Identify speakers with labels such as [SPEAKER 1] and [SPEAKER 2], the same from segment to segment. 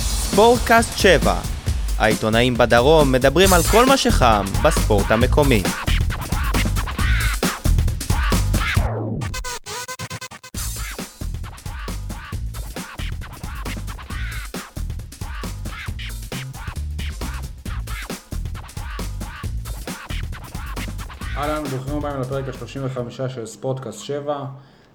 [SPEAKER 1] ספורטקאסט 7. העיתונאים בדרום מדברים על כל מה שחם בספורט המקומי.
[SPEAKER 2] אהלן, ברוכים הבאים לפרק ה-35 של ספורטקאסט 7,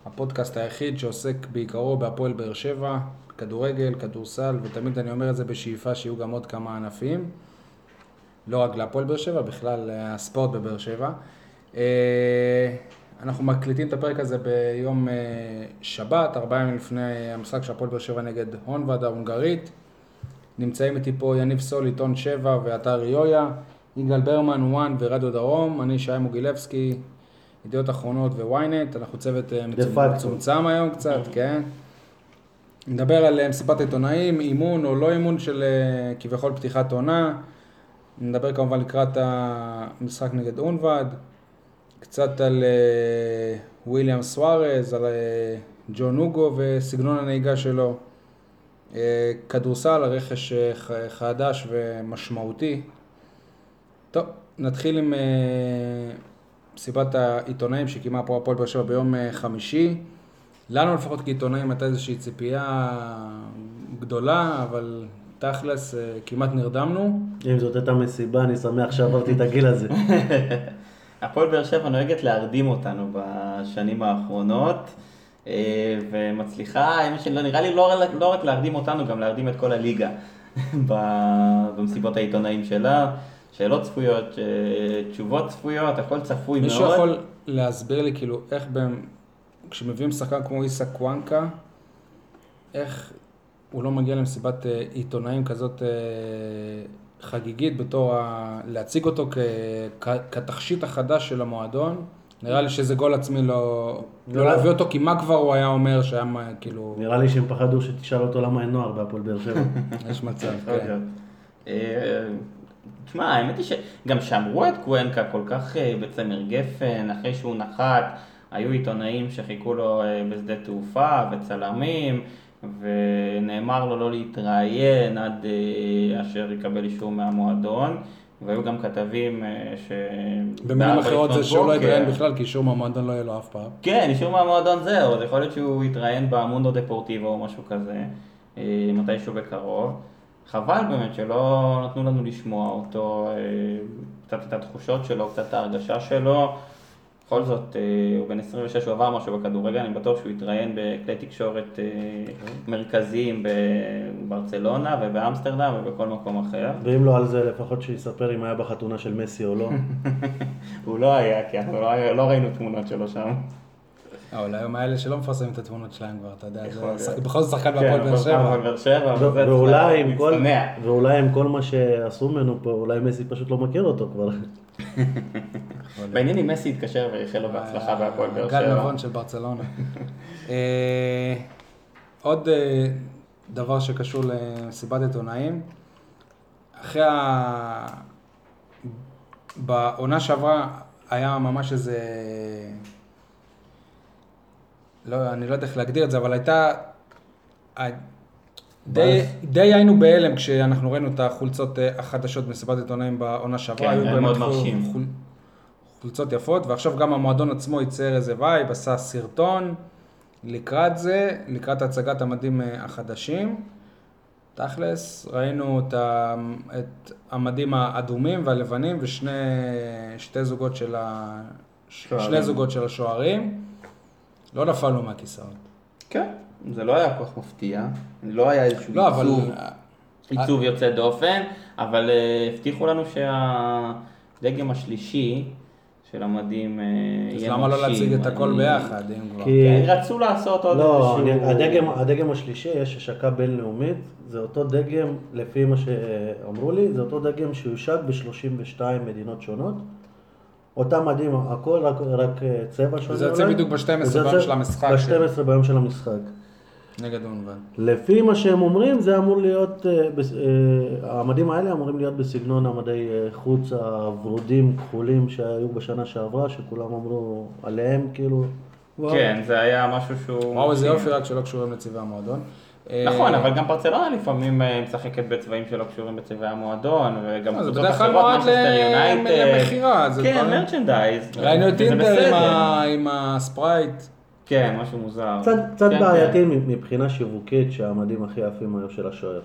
[SPEAKER 2] הפודקאסט היחיד שעוסק בעיקרו בהפועל באר שבע, כדורגל, כדורסל, ותמיד אני אומר את זה בשאיפה שיהיו גם עוד כמה ענפים, לא רק להפועל באר שבע, בכלל אה, הספורט בבאר שבע. אה, אנחנו מקליטים את הפרק הזה ביום אה, שבת, ארבעה ימים לפני המשחק של הפועל באר שבע נגד הונבד ההונגרית. נמצאים איתי פה יניב סול, עיתון 7 ואתר יויה, יגאל ברמן, וואן ורדיו דרום, אני שי מוגילבסקי, ידיעות אחרונות וויינט, אנחנו צוות אה, מצומצם-
[SPEAKER 3] פקטו.
[SPEAKER 2] מצומצם היום קצת, כן. נדבר על אה, מסיבת עיתונאים, אימון או לא אימון של אה, כביכול פתיחת עונה. נדבר כמובן לקראת המשחק נגד אונבד, קצת על אה, וויליאם סוארז, על אה, ג'ון הוגו וסגנון הנהיגה שלו. אה, כדורסל, הרכש אה, ח- חדש ומשמעותי. טוב, נתחיל עם אה, מסיבת העיתונאים שקיימה פה הפועל באר שבע ביום אה, חמישי. לנו לפחות כעיתונאים הייתה איזושהי ציפייה גדולה, אבל תכלס אה, כמעט נרדמנו.
[SPEAKER 3] אם זאת הייתה מסיבה, אני שמח שעברתי את הגיל הזה.
[SPEAKER 4] הפועל באר שבע נוהגת להרדים אותנו בשנים האחרונות, אה, ומצליחה, האמת שלא- נראה לי לא, רק- לא רק להרדים אותנו, גם להרדים את כל הליגה ב- במסיבות העיתונאים שלה. שאלות צפויות, אה, תשובות צפויות, הכל צפוי מאוד.
[SPEAKER 2] מישהו יכול להסביר לי כאילו איך בהם, כשמביאים שחקן כמו איסה קוואנקה, איך הוא לא מגיע למסיבת אה, עיתונאים כזאת אה, חגיגית בתור ה... להציג אותו כ... כ... כתכשיט החדש של המועדון? נראה לי שזה גול עצמי לא... לא
[SPEAKER 3] לא.
[SPEAKER 2] להביא אותו, כי מה כבר הוא היה אומר שהיה מה, כאילו...
[SPEAKER 3] נראה לי שהם פחדו שתשאל אותו למה אין נוער בהפועל באר שבע.
[SPEAKER 2] יש מצב,
[SPEAKER 4] יכול
[SPEAKER 2] כן.
[SPEAKER 4] להיות. אה, תשמע, האמת היא שגם שמרו את קוונקה כל כך אה, בצמר גפן, אחרי שהוא נחת, היו עיתונאים שחיכו לו אה, בשדה תעופה וצלמים, ונאמר לו לא להתראיין עד אה, אשר יקבל אישור מהמועדון, והיו גם כתבים אה, ש...
[SPEAKER 2] במילים
[SPEAKER 4] בארבע
[SPEAKER 2] אחרות זה
[SPEAKER 4] לפנות
[SPEAKER 2] שהוא לא
[SPEAKER 4] בוקר.
[SPEAKER 2] יתראיין בכלל, כי אישור מהמועדון לא יהיה לו אף פעם.
[SPEAKER 4] כן, אישור מהמועדון זהו, אז יכול להיות שהוא יתראיין במונדו דפורטיבו או משהו כזה, אה, מתישהו בקרוב. חבל באמת שלא נתנו לנו לשמוע אותו, אה, קצת את התחושות שלו, קצת את ההרגשה שלו. בכל זאת, אה, הוא בן 26, הוא עבר משהו בכדורגל, אני בטוח שהוא התראיין בכלי תקשורת אה,
[SPEAKER 3] אוקיי.
[SPEAKER 4] מרכזיים בברצלונה ובאמסטרדם ובכל מקום אחר.
[SPEAKER 3] ואם לא על זה, לפחות שיספר אם היה בחתונה של מסי או לא.
[SPEAKER 4] הוא לא היה, כי אנחנו לא, לא ראינו תמונות שלו שם.
[SPEAKER 2] אבל היום האלה שלא מפרסמים את התמונות שלהם כבר, אתה יודע,
[SPEAKER 4] יכול
[SPEAKER 2] זה
[SPEAKER 4] להיות.
[SPEAKER 2] בכל זאת שחקן
[SPEAKER 4] כן,
[SPEAKER 2] בהפועל באר שבע.
[SPEAKER 4] הפועל באר שבע.
[SPEAKER 3] ו-
[SPEAKER 4] וזה-
[SPEAKER 3] ואולי עם כל-
[SPEAKER 4] מצטנע.
[SPEAKER 3] ואולי עם כל מה שעשו ממנו פה, אולי מסי פשוט לא מכיר אותו כבר.
[SPEAKER 4] בעניין עם מסי התקשר ואיחל לו בהצלחה בהפועל באר שבע.
[SPEAKER 2] אה, גל נבון של ברצלונה. אה, עוד אה, דבר שקשור למסיבת עיתונאים, אחרי ה... בעונה שעברה היה ממש איזה... לא, אני לא יודע איך להגדיר את זה, אבל הייתה... ה- די, די היינו בהלם כשאנחנו ראינו את החולצות אה, החדשות במסיבת עיתונאים בעונה שעברה.
[SPEAKER 4] כן,
[SPEAKER 2] היו
[SPEAKER 4] היה
[SPEAKER 2] באמת
[SPEAKER 4] מאוד
[SPEAKER 2] חו-
[SPEAKER 4] מרשים.
[SPEAKER 2] חול- חולצות יפות, ועכשיו גם המועדון עצמו ייצר איזה וייב, עשה סרטון לקראת זה, לקראת הצגת המדים אה, החדשים. תכלס, ראינו את, ה, את המדים האדומים והלבנים ושני שתי זוגות של ה...
[SPEAKER 4] שוערים.
[SPEAKER 2] שני זוגות של השוערים. לא נפלנו מהכיסאות.
[SPEAKER 4] כן, זה לא היה כל כך מפתיע. לא היה איזשהו
[SPEAKER 2] לא, אבל...
[SPEAKER 4] עיצוב, עיצוב יוצא דופן, אבל אה, הבטיחו לנו שהדגם השלישי של המדים אה,
[SPEAKER 2] אז
[SPEAKER 4] יהיה
[SPEAKER 2] למה לא
[SPEAKER 4] מרשים.
[SPEAKER 2] להציג את הכל
[SPEAKER 4] אני-
[SPEAKER 2] ביחד, אם כבר?
[SPEAKER 3] כי-
[SPEAKER 4] כן, רצו לעשות עוד
[SPEAKER 3] לא,
[SPEAKER 4] איזשהו...
[SPEAKER 3] אני- הדגם- הדגם השלישי, יש השקה בינלאומית, זה אותו דגם, לפי מה שאמרו לי, זה אותו דגם שיושק ב-32 מדינות שונות. אותם מדים, הכל, רק, רק אה, צבע שונה.
[SPEAKER 2] וזה יוצא
[SPEAKER 3] אולי.
[SPEAKER 2] בדיוק ב-12
[SPEAKER 3] וזה
[SPEAKER 2] ביום
[SPEAKER 3] יוצא
[SPEAKER 2] של המשחק. כן.
[SPEAKER 3] ב-12 ביום של המשחק.
[SPEAKER 2] נגד אונבן.
[SPEAKER 3] לפי מה שהם אומרים, זה אמור להיות, אה, בס- אה, המדים האלה אמורים להיות בסגנון המדי אה, חוץ הוורודים כחולים שהיו בשנה שעברה, שכולם אמרו עליהם, כאילו. וואו.
[SPEAKER 4] כן, זה היה משהו שהוא...
[SPEAKER 2] וואו, איזה יופי רק שלא קשורים לצבעי המועדון. אה,
[SPEAKER 4] נכון, אבל גם ברצלונה לפעמים אה, משחקת בצבעים שלא קשורים בצבעי המועדון, וגם
[SPEAKER 2] לא, זה
[SPEAKER 4] קבוצות
[SPEAKER 2] בדרך כלל
[SPEAKER 4] אחרות,
[SPEAKER 2] מועד
[SPEAKER 4] מנצ'סטר
[SPEAKER 2] ל-
[SPEAKER 4] יונייטד.
[SPEAKER 2] למכירה, זה
[SPEAKER 4] כן,
[SPEAKER 2] דברים-
[SPEAKER 4] מרצ'נדייז.
[SPEAKER 2] ראינו את
[SPEAKER 4] וזה
[SPEAKER 2] טינדר עם
[SPEAKER 4] בסדר.
[SPEAKER 2] ה- עם הספרייט.
[SPEAKER 4] כן, משהו מוזר.
[SPEAKER 3] קצת, קצת
[SPEAKER 4] כן,
[SPEAKER 3] בעייתי
[SPEAKER 4] כן.
[SPEAKER 3] מבחינה שיווקית שהמדים הכי יפים היו של השוער.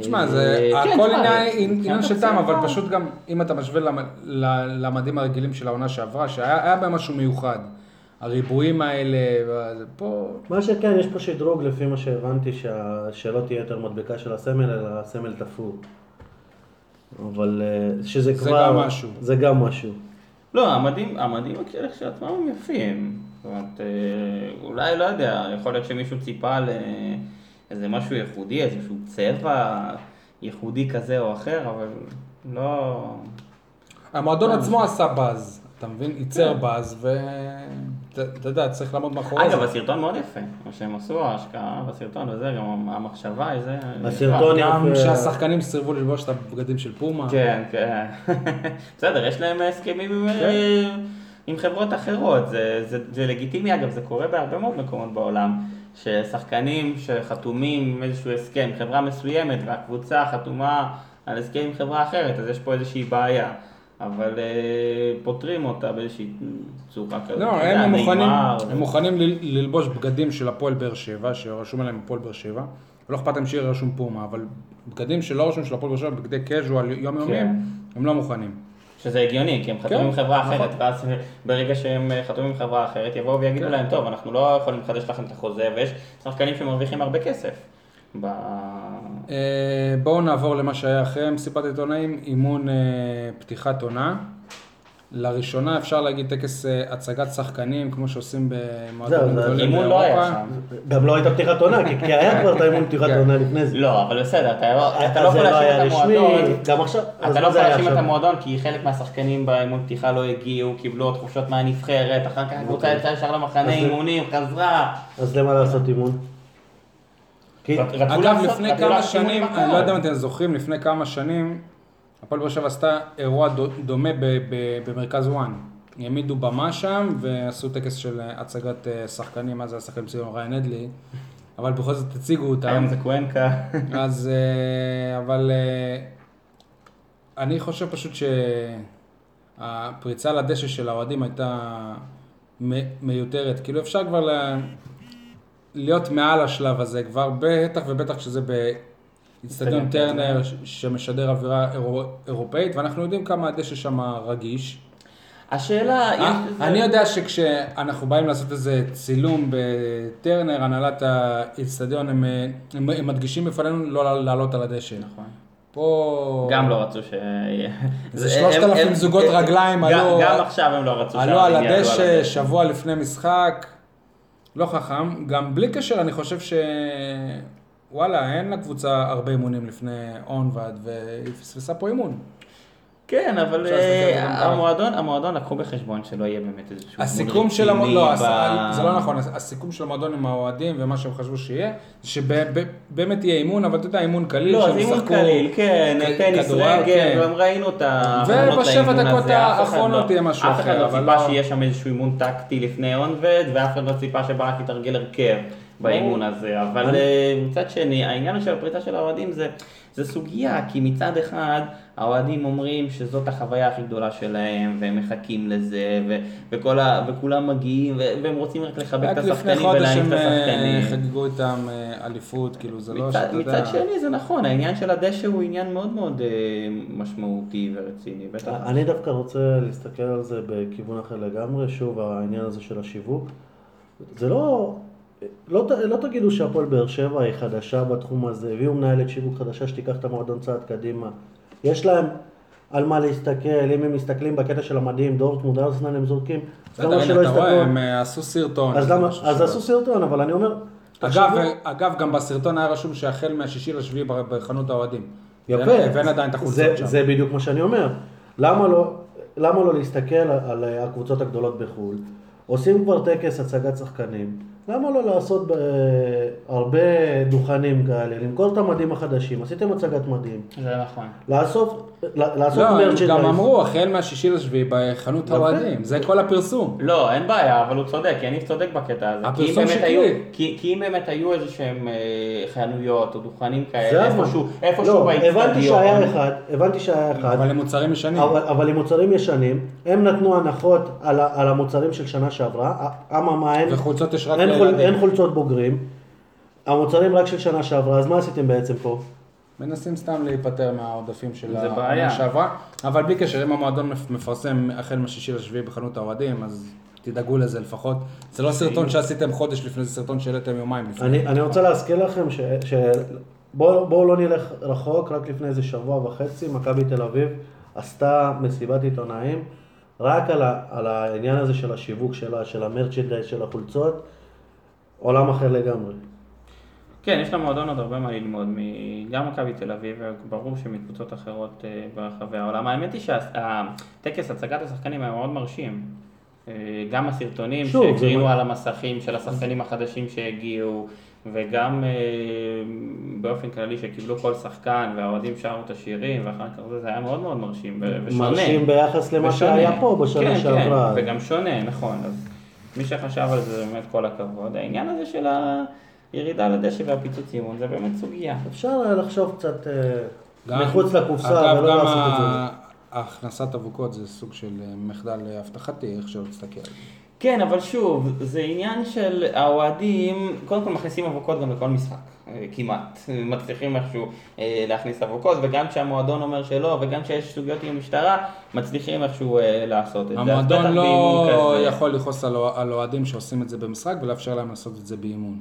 [SPEAKER 2] תשמע,
[SPEAKER 4] אה,
[SPEAKER 2] זה
[SPEAKER 4] כן,
[SPEAKER 2] הכל
[SPEAKER 4] תשמע,
[SPEAKER 2] עניין-
[SPEAKER 4] זה- כן.
[SPEAKER 2] עניין
[SPEAKER 4] מבחינת לא.
[SPEAKER 2] של טעם, אבל
[SPEAKER 4] הצבע.
[SPEAKER 2] פשוט גם אם אתה משווה למ- ל- למדים הרגילים של העונה שעברה, שהיה היה בהם משהו מיוחד. הריבועים האלה, וה- פה...
[SPEAKER 3] מה שכן, יש פה שדרוג לפי מה שהבנתי, שה... שלא תהיה יותר מדבקה של הסמל, אלא הסמל תפור. אבל אה, שזה
[SPEAKER 2] זה
[SPEAKER 3] כבר...
[SPEAKER 2] גם משהו.
[SPEAKER 3] זה גם משהו.
[SPEAKER 4] לא, המדים, המדים כשלעצמם הם יפים. זאת אומרת, אה, אולי, לא יודע, יכול להיות שמישהו ציפה לאיזה משהו ייחודי, איזשהו צבע ייחודי כזה או אחר, אבל לא...
[SPEAKER 2] המועדון
[SPEAKER 4] כן.
[SPEAKER 2] עצמו עשה באז, אתה מבין? ייצר באז, ואתה יודע, צריך לעמוד מאחורי זה.
[SPEAKER 4] אגב, הסרטון מאוד יפה, מה שהם עשו, ההשקעה בסרטון וזה, גם המחשבה, זה... אה,
[SPEAKER 3] הסרטון
[SPEAKER 2] גם
[SPEAKER 3] יפה.
[SPEAKER 2] שהשחקנים סירבו ללבוש את הבגדים של פומה.
[SPEAKER 4] כן, כן. בסדר, יש להם הסכמים עם, אה, עם חברות אחרות. זה, זה, זה לגיטימי, אגב, זה קורה בהרבה מאוד מקומות בעולם. ששחקנים שחתומים עם איזשהו הסכם, חברה מסוימת, והקבוצה חתומה על הסכם עם חברה אחרת, אז יש פה איזושהי בעיה. אבל אה, פותרים אותה באיזושהי צורה כזאת.
[SPEAKER 2] לא,
[SPEAKER 4] אתה יודע,
[SPEAKER 2] הם הם מוכנים,
[SPEAKER 4] נאמר,
[SPEAKER 2] הם מוכנים ל- ללבוש בגדים של הפועל באר שבע, שרשום עליהם הפועל באר שבע. לא אכפת להם שיהיה רשום פומה, אבל בגדים שלא רשום של הפועל באר שבע, בגדי קז'ואל
[SPEAKER 4] כן.
[SPEAKER 2] יומיומיים, הם לא מוכנים.
[SPEAKER 4] שזה הגיוני, כי הם חתומים
[SPEAKER 2] כן,
[SPEAKER 4] עם חברה אחרת,
[SPEAKER 2] נכון.
[SPEAKER 4] ואז ברגע שהם אה, חתומים עם חברה אחרת, יבואו ויגידו
[SPEAKER 2] כן,
[SPEAKER 4] להם, טוב, אנחנו לא יכולים לחדש לכם את החוזה, ויש שחקנים שמרוויחים הרבה כסף. ב...
[SPEAKER 2] אה, בואו נעבור למה שהיה אחרי מסיבת עיתונאים, אימון אה, פתיחת עונה. לראשונה אפשר להגיד טקס אה, הצגת שחקנים, כמו שעושים במועדונים
[SPEAKER 3] זהו, זה-
[SPEAKER 2] גדולים
[SPEAKER 4] אימון לא היה
[SPEAKER 2] באירופה.
[SPEAKER 4] שם.
[SPEAKER 3] גם לא הייתה פתיחת עונה, כי, כי היה כבר את האימון פתיחת
[SPEAKER 2] כן.
[SPEAKER 3] עונה לפני זה.
[SPEAKER 4] לא, אבל בסדר, אתה לא, אתה לא
[SPEAKER 3] אז זה
[SPEAKER 4] יכול להאשים
[SPEAKER 3] היה
[SPEAKER 4] את
[SPEAKER 3] רשמי,
[SPEAKER 4] המועדון.
[SPEAKER 3] גם עכשיו, אז מה
[SPEAKER 4] אתה לא
[SPEAKER 3] זה
[SPEAKER 4] יכול
[SPEAKER 3] היה
[SPEAKER 4] להאשים את
[SPEAKER 3] עכשיו?
[SPEAKER 4] המועדון כי חלק מהשחקנים באימון פתיחה לא הגיעו, קיבלו עוד חופשות מהנבחרת, אחר כך הקבוצה יצאה ישר למחנה
[SPEAKER 3] אוקיי. אז זה-
[SPEAKER 4] אימונים, חזרה.
[SPEAKER 3] אז למה לעשות אימון? כי
[SPEAKER 4] רצו
[SPEAKER 2] אגב,
[SPEAKER 4] לעשות-
[SPEAKER 2] לפני
[SPEAKER 4] רצו
[SPEAKER 2] כמה
[SPEAKER 4] לעשות אימון
[SPEAKER 2] שנים,
[SPEAKER 4] עם
[SPEAKER 2] אני לא
[SPEAKER 4] הקהל.
[SPEAKER 2] יודע אם אתם זוכרים, לפני כמה שנים, הפועל באר שבע עשתה אירוע דו- דומה ב- ב- במרכז וואן. העמידו במה שם ועשו טקס של אה, הצגת אה, שחקנים, אז היה שחקן ציון ריין אדלי, אבל בכל זאת הציגו אותם.
[SPEAKER 4] היום זה קוונקה.
[SPEAKER 2] אז, אה, אבל אה, אני חושב פשוט שהפריצה לדשא של האוהדים הייתה מ- מיותרת. כאילו אפשר כבר ל- להיות מעל השלב הזה כבר, בטח ובטח שזה באיצטדיון
[SPEAKER 4] אצטדיון
[SPEAKER 2] טרנר ש- שמשדר אווירה אירו- אירופאית, ואנחנו יודעים כמה הדשא שם רגיש.
[SPEAKER 4] השאלה, יש
[SPEAKER 2] אה,
[SPEAKER 4] לזה-
[SPEAKER 2] אני יודע שכשאנחנו באים לעשות איזה צילום בטרנר, הנהלת האיצטדיון, הם, אה, הם, הם מדגישים בפנינו לא לעלות על הדשא.
[SPEAKER 4] נכון.
[SPEAKER 2] פה...
[SPEAKER 4] גם לא רצו ש...
[SPEAKER 2] זה 3,000
[SPEAKER 4] הם-
[SPEAKER 2] זוגות
[SPEAKER 4] הם-
[SPEAKER 2] רגליים
[SPEAKER 4] גם-
[SPEAKER 2] עלו-
[SPEAKER 4] גם עכשיו הם לא רצו
[SPEAKER 2] עלו על
[SPEAKER 4] שהאוהדים יעלו
[SPEAKER 2] הדשא שבוע לפני משחק, לא חכם. גם בלי קשר, אני חושב ש... וואלה, אין לקבוצה הרבה אימונים לפני אונבד, והיא פספסה פה אימון.
[SPEAKER 4] כן, אבל
[SPEAKER 2] אפשר להסתכל על זה
[SPEAKER 4] אה,
[SPEAKER 2] גם ככה.
[SPEAKER 4] המועדון, המועדון לקחו בחשבון שלא יהיה באמת איזשהו... אימון
[SPEAKER 2] הסיכום של
[SPEAKER 4] רציני
[SPEAKER 2] המועדון, לא,
[SPEAKER 4] ב-
[SPEAKER 2] הס- זה לא נכון, הס- הסיכום של המועדון עם האוהדים ומה שהם חשבו שיהיה, שבאמת יהיה אימון, אבל אתה יודע, אימון קליל,
[SPEAKER 4] לא,
[SPEAKER 2] שהם
[SPEAKER 4] זה אימון
[SPEAKER 2] ישחקו
[SPEAKER 4] קליל, כן,
[SPEAKER 2] כ-
[SPEAKER 4] טניס
[SPEAKER 2] כדורעף, כן.
[SPEAKER 4] רגל, גם ראינו את ההכנות
[SPEAKER 2] ובשבע
[SPEAKER 4] לאימון הזה,
[SPEAKER 2] דקות
[SPEAKER 4] אף אחד
[SPEAKER 2] האחרונות
[SPEAKER 4] לא-
[SPEAKER 2] יהיה משהו
[SPEAKER 4] אף אחד
[SPEAKER 2] אחר,
[SPEAKER 4] לא
[SPEAKER 2] אבל
[SPEAKER 4] ציפה
[SPEAKER 2] לא-
[SPEAKER 4] שיהיה שם איזשהו אימון טקטי לפני אונבד, ואף אחד לא ציפה שברק יתרגל הרכב באימון הזה, אבל אה, מצד שני, העניין של הפריצה של האוהדים זה... זה סוגיה, כי מצד אחד, האוהדים אומרים שזאת החוויה הכי גדולה שלהם, והם מחכים לזה, ו- וכל ה- וכולם מגיעים, ו- והם רוצים רק לחבק
[SPEAKER 2] רק
[SPEAKER 4] את
[SPEAKER 2] לפני
[SPEAKER 4] השחקנים
[SPEAKER 2] חודש
[SPEAKER 4] ולהעיף
[SPEAKER 2] הם
[SPEAKER 4] את
[SPEAKER 2] אה,
[SPEAKER 4] השחקנים.
[SPEAKER 2] חגגו איתם אה, אליפות, כאילו זה לא
[SPEAKER 4] מצד,
[SPEAKER 2] שאתה יודע...
[SPEAKER 4] מצד שני זה נכון, העניין של הדשא הוא עניין מאוד מאוד אה, משמעותי ורציני, בטח.
[SPEAKER 3] אני דווקא רוצה להסתכל על זה בכיוון אחר לגמרי, שוב העניין הזה של השיווק. זה לא, לא, ת- לא תגידו שהפועל באר שבע היא חדשה בתחום הזה, הביאו מנהלת שיווק חדשה שתיקח את המועדון צעד קדימה. יש להם על מה להסתכל, אם הם מסתכלים בקטע של המדים, דורטמונד, ארסנל הם זורקים,
[SPEAKER 2] בסדר, הנה, אתה רואה, הם אה, עשו סרטון.
[SPEAKER 3] אז למה,
[SPEAKER 2] משהו
[SPEAKER 3] אז
[SPEAKER 2] שלא.
[SPEAKER 3] עשו סרטון, אבל אני אומר,
[SPEAKER 2] אגב, אה,
[SPEAKER 3] תחשבו-
[SPEAKER 2] אגב, גם בסרטון היה רשום שהחל מהשישי לשביעי ב- בחנות האוהדים.
[SPEAKER 3] יפה.
[SPEAKER 2] ואין- ואין עדיין את
[SPEAKER 3] זה-
[SPEAKER 2] החולצות שם.
[SPEAKER 3] זה בדיוק מה שאני אומר. למה לא, אה, למה לא להסתכל על על הקבוצות הגדולות בחו"ל? עושים כבר טקס הצגת שחקנים, למה לא לעשות אה, הרבה דוכנים כאלה, למכור את המדים החדשים, עשיתם הצגת מדים,
[SPEAKER 4] זה נכון.
[SPEAKER 3] לאסוף, לא- לעשות
[SPEAKER 2] לא, הם גם
[SPEAKER 3] מרצ'נדייז.
[SPEAKER 2] אמרו, החל מהשישי לשביעי בחנות
[SPEAKER 3] יפה.
[SPEAKER 2] האוהדים, זה כל הפרסום.
[SPEAKER 4] לא, אין בעיה, אבל הוא צודק, יניב צודק בקטע הזה. כי אם
[SPEAKER 2] הפרסום
[SPEAKER 4] באמת
[SPEAKER 2] שקרי.
[SPEAKER 4] היו- כי כי אם באמת היו איזה שהם אה, חנויות או דוכנים
[SPEAKER 3] זה
[SPEAKER 4] כאלה,
[SPEAKER 3] הזמן.
[SPEAKER 4] איפשהו, איפשהו
[SPEAKER 3] לא, הבנתי
[SPEAKER 4] באיצטדיון.
[SPEAKER 3] שהיה אחד, הבנתי שהיה אחד,
[SPEAKER 2] אבל הם מוצרים ישנים.
[SPEAKER 3] אבל, אבל עם מוצרים ישנים, הם נתנו הנחות על, ה- על המוצרים של שנה שעברה, א- אממה אין,
[SPEAKER 2] וחולצות יש רק
[SPEAKER 3] אין, חול,
[SPEAKER 2] לילדים.
[SPEAKER 3] אין חולצות בוגרים, המוצרים רק של שנה שעברה, אז מה עשיתם בעצם פה?
[SPEAKER 2] מנסים סתם להיפטר מהעודפים של
[SPEAKER 4] זה בעיה.
[SPEAKER 2] שעברה, אבל בלי קשר, אם המועדון מפ- מפרסם החל מהשישי לשביעי בחנות האוהדים, אז תדאגו לזה לפחות. זה לא סרטון שעשיתם חודש לפני, זה סרטון שהעליתם יומיים לפני.
[SPEAKER 3] אני, אני רוצה להזכיר לכם ש... ש... בואו בוא לא נלך רחוק, רק לפני איזה שבוע וחצי, מכבי תל אביב עשתה מסיבת עיתונאים רק על, ה, על העניין הזה של השיווק שלה, של המרצ'נדייז, של החולצות, עולם אחר לגמרי.
[SPEAKER 4] כן, יש למועדון עוד הרבה מה ללמוד, מ- גם מכבי תל אביב, ברור שמקבוצות אחרות אה, ברחבי העולם. האמת היא שהטקס הצגת השחקנים היה מאוד מרשים. אה, גם הסרטונים
[SPEAKER 3] שוב, זה
[SPEAKER 4] שהקרינו
[SPEAKER 3] מה-
[SPEAKER 4] על המסכים של השחקנים החדשים שהגיעו, וגם אה, באופן כללי שקיבלו כל שחקן, והאוהדים שרו את השירים, ואחר כך זה, זה היה מאוד מאוד מרשים ו- ושונה.
[SPEAKER 3] מרשים ביחס למה
[SPEAKER 4] ושונה.
[SPEAKER 3] שהיה פה בשנה
[SPEAKER 4] כן,
[SPEAKER 3] שעברה.
[SPEAKER 4] כן, וגם שונה, נכון. אז מי שחשב על זה, באמת כל הכבוד. העניין הזה של הירידה לדשא והפיצוץ אימון, זה באמת סוגיה.
[SPEAKER 3] אפשר היה לחשוב קצת אה,
[SPEAKER 2] גם-
[SPEAKER 3] מחוץ לקופסה
[SPEAKER 2] אגב,
[SPEAKER 3] ולא
[SPEAKER 2] גם
[SPEAKER 3] לעשות את זה.
[SPEAKER 2] ה- הכנסת אבוקות זה סוג של אה, מחדל אה, אבטחתי, איך שלא תסתכל.
[SPEAKER 4] כן, אבל שוב, זה עניין של האוהדים, קודם כל מכניסים אבוקות גם לכל משחק, אה, כמעט. מצליחים איכשהו אה, להכניס אבוקות, וגם כשהמועדון אומר שלא, וגם כשיש סוגיות עם המשטרה, מצליחים איכשהו אה, לעשות את זה. אז
[SPEAKER 2] המועדון
[SPEAKER 4] בטח
[SPEAKER 2] לא
[SPEAKER 4] באימון כזה.
[SPEAKER 2] יכול לכעוס על אוה- על אוהדים שעושים את זה במשחק ולאפשר להם לעשות את זה באימון.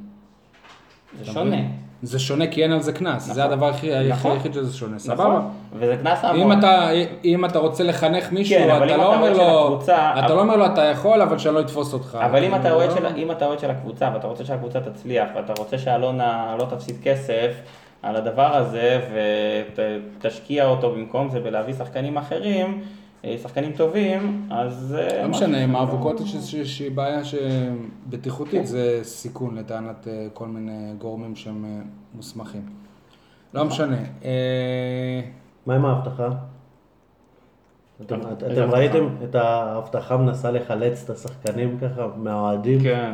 [SPEAKER 4] זה
[SPEAKER 2] אתה
[SPEAKER 4] שונה.
[SPEAKER 2] מבין? זה שונה כי אין על זה קנס, זה הדבר הכי
[SPEAKER 4] נכון.
[SPEAKER 2] היחיד שזה שונה, סבבה?
[SPEAKER 4] נכון. וזה קנס
[SPEAKER 2] אם
[SPEAKER 4] המון.
[SPEAKER 2] אתה, אם אתה רוצה לחנך מישהו,
[SPEAKER 4] כן, אבל
[SPEAKER 2] אתה
[SPEAKER 4] אם
[SPEAKER 2] לא
[SPEAKER 4] אתה
[SPEAKER 2] אומר
[SPEAKER 4] אוהד של
[SPEAKER 2] לו,
[SPEAKER 4] הקבוצה,
[SPEAKER 2] אתה
[SPEAKER 4] אבל-
[SPEAKER 2] לא אומר לו אתה יכול, אבל שאני לא אתפוס אותך.
[SPEAKER 4] אבל אם אתה
[SPEAKER 2] לא-
[SPEAKER 4] אוהד של, אם אתה אוהד של הקבוצה, ואתה רוצה שהקבוצה תצליח, ואתה רוצה שאלונה לא תפסיד כסף על הדבר הזה, ותשקיע אותו במקום זה בלהביא שחקנים אחרים, אה, שחקנים טובים, אז... אה,
[SPEAKER 2] לא
[SPEAKER 4] משהו
[SPEAKER 2] משנה, עם
[SPEAKER 4] שלא-
[SPEAKER 2] האבוקות יש איזושהי בעיה
[SPEAKER 4] כן.
[SPEAKER 2] שבטיחותית זה סיכון לטענת אה, כל מיני גורמים שהם אה, מוסמכים. לא
[SPEAKER 4] נכון.
[SPEAKER 2] משנה. אה,
[SPEAKER 3] מה עם ההבטחה? אתם,
[SPEAKER 4] את
[SPEAKER 3] אתם
[SPEAKER 4] ההבטחה.
[SPEAKER 3] ראיתם את ההבטחה מנסה לחלץ את השחקנים ככה מהאוהדים?
[SPEAKER 4] כן.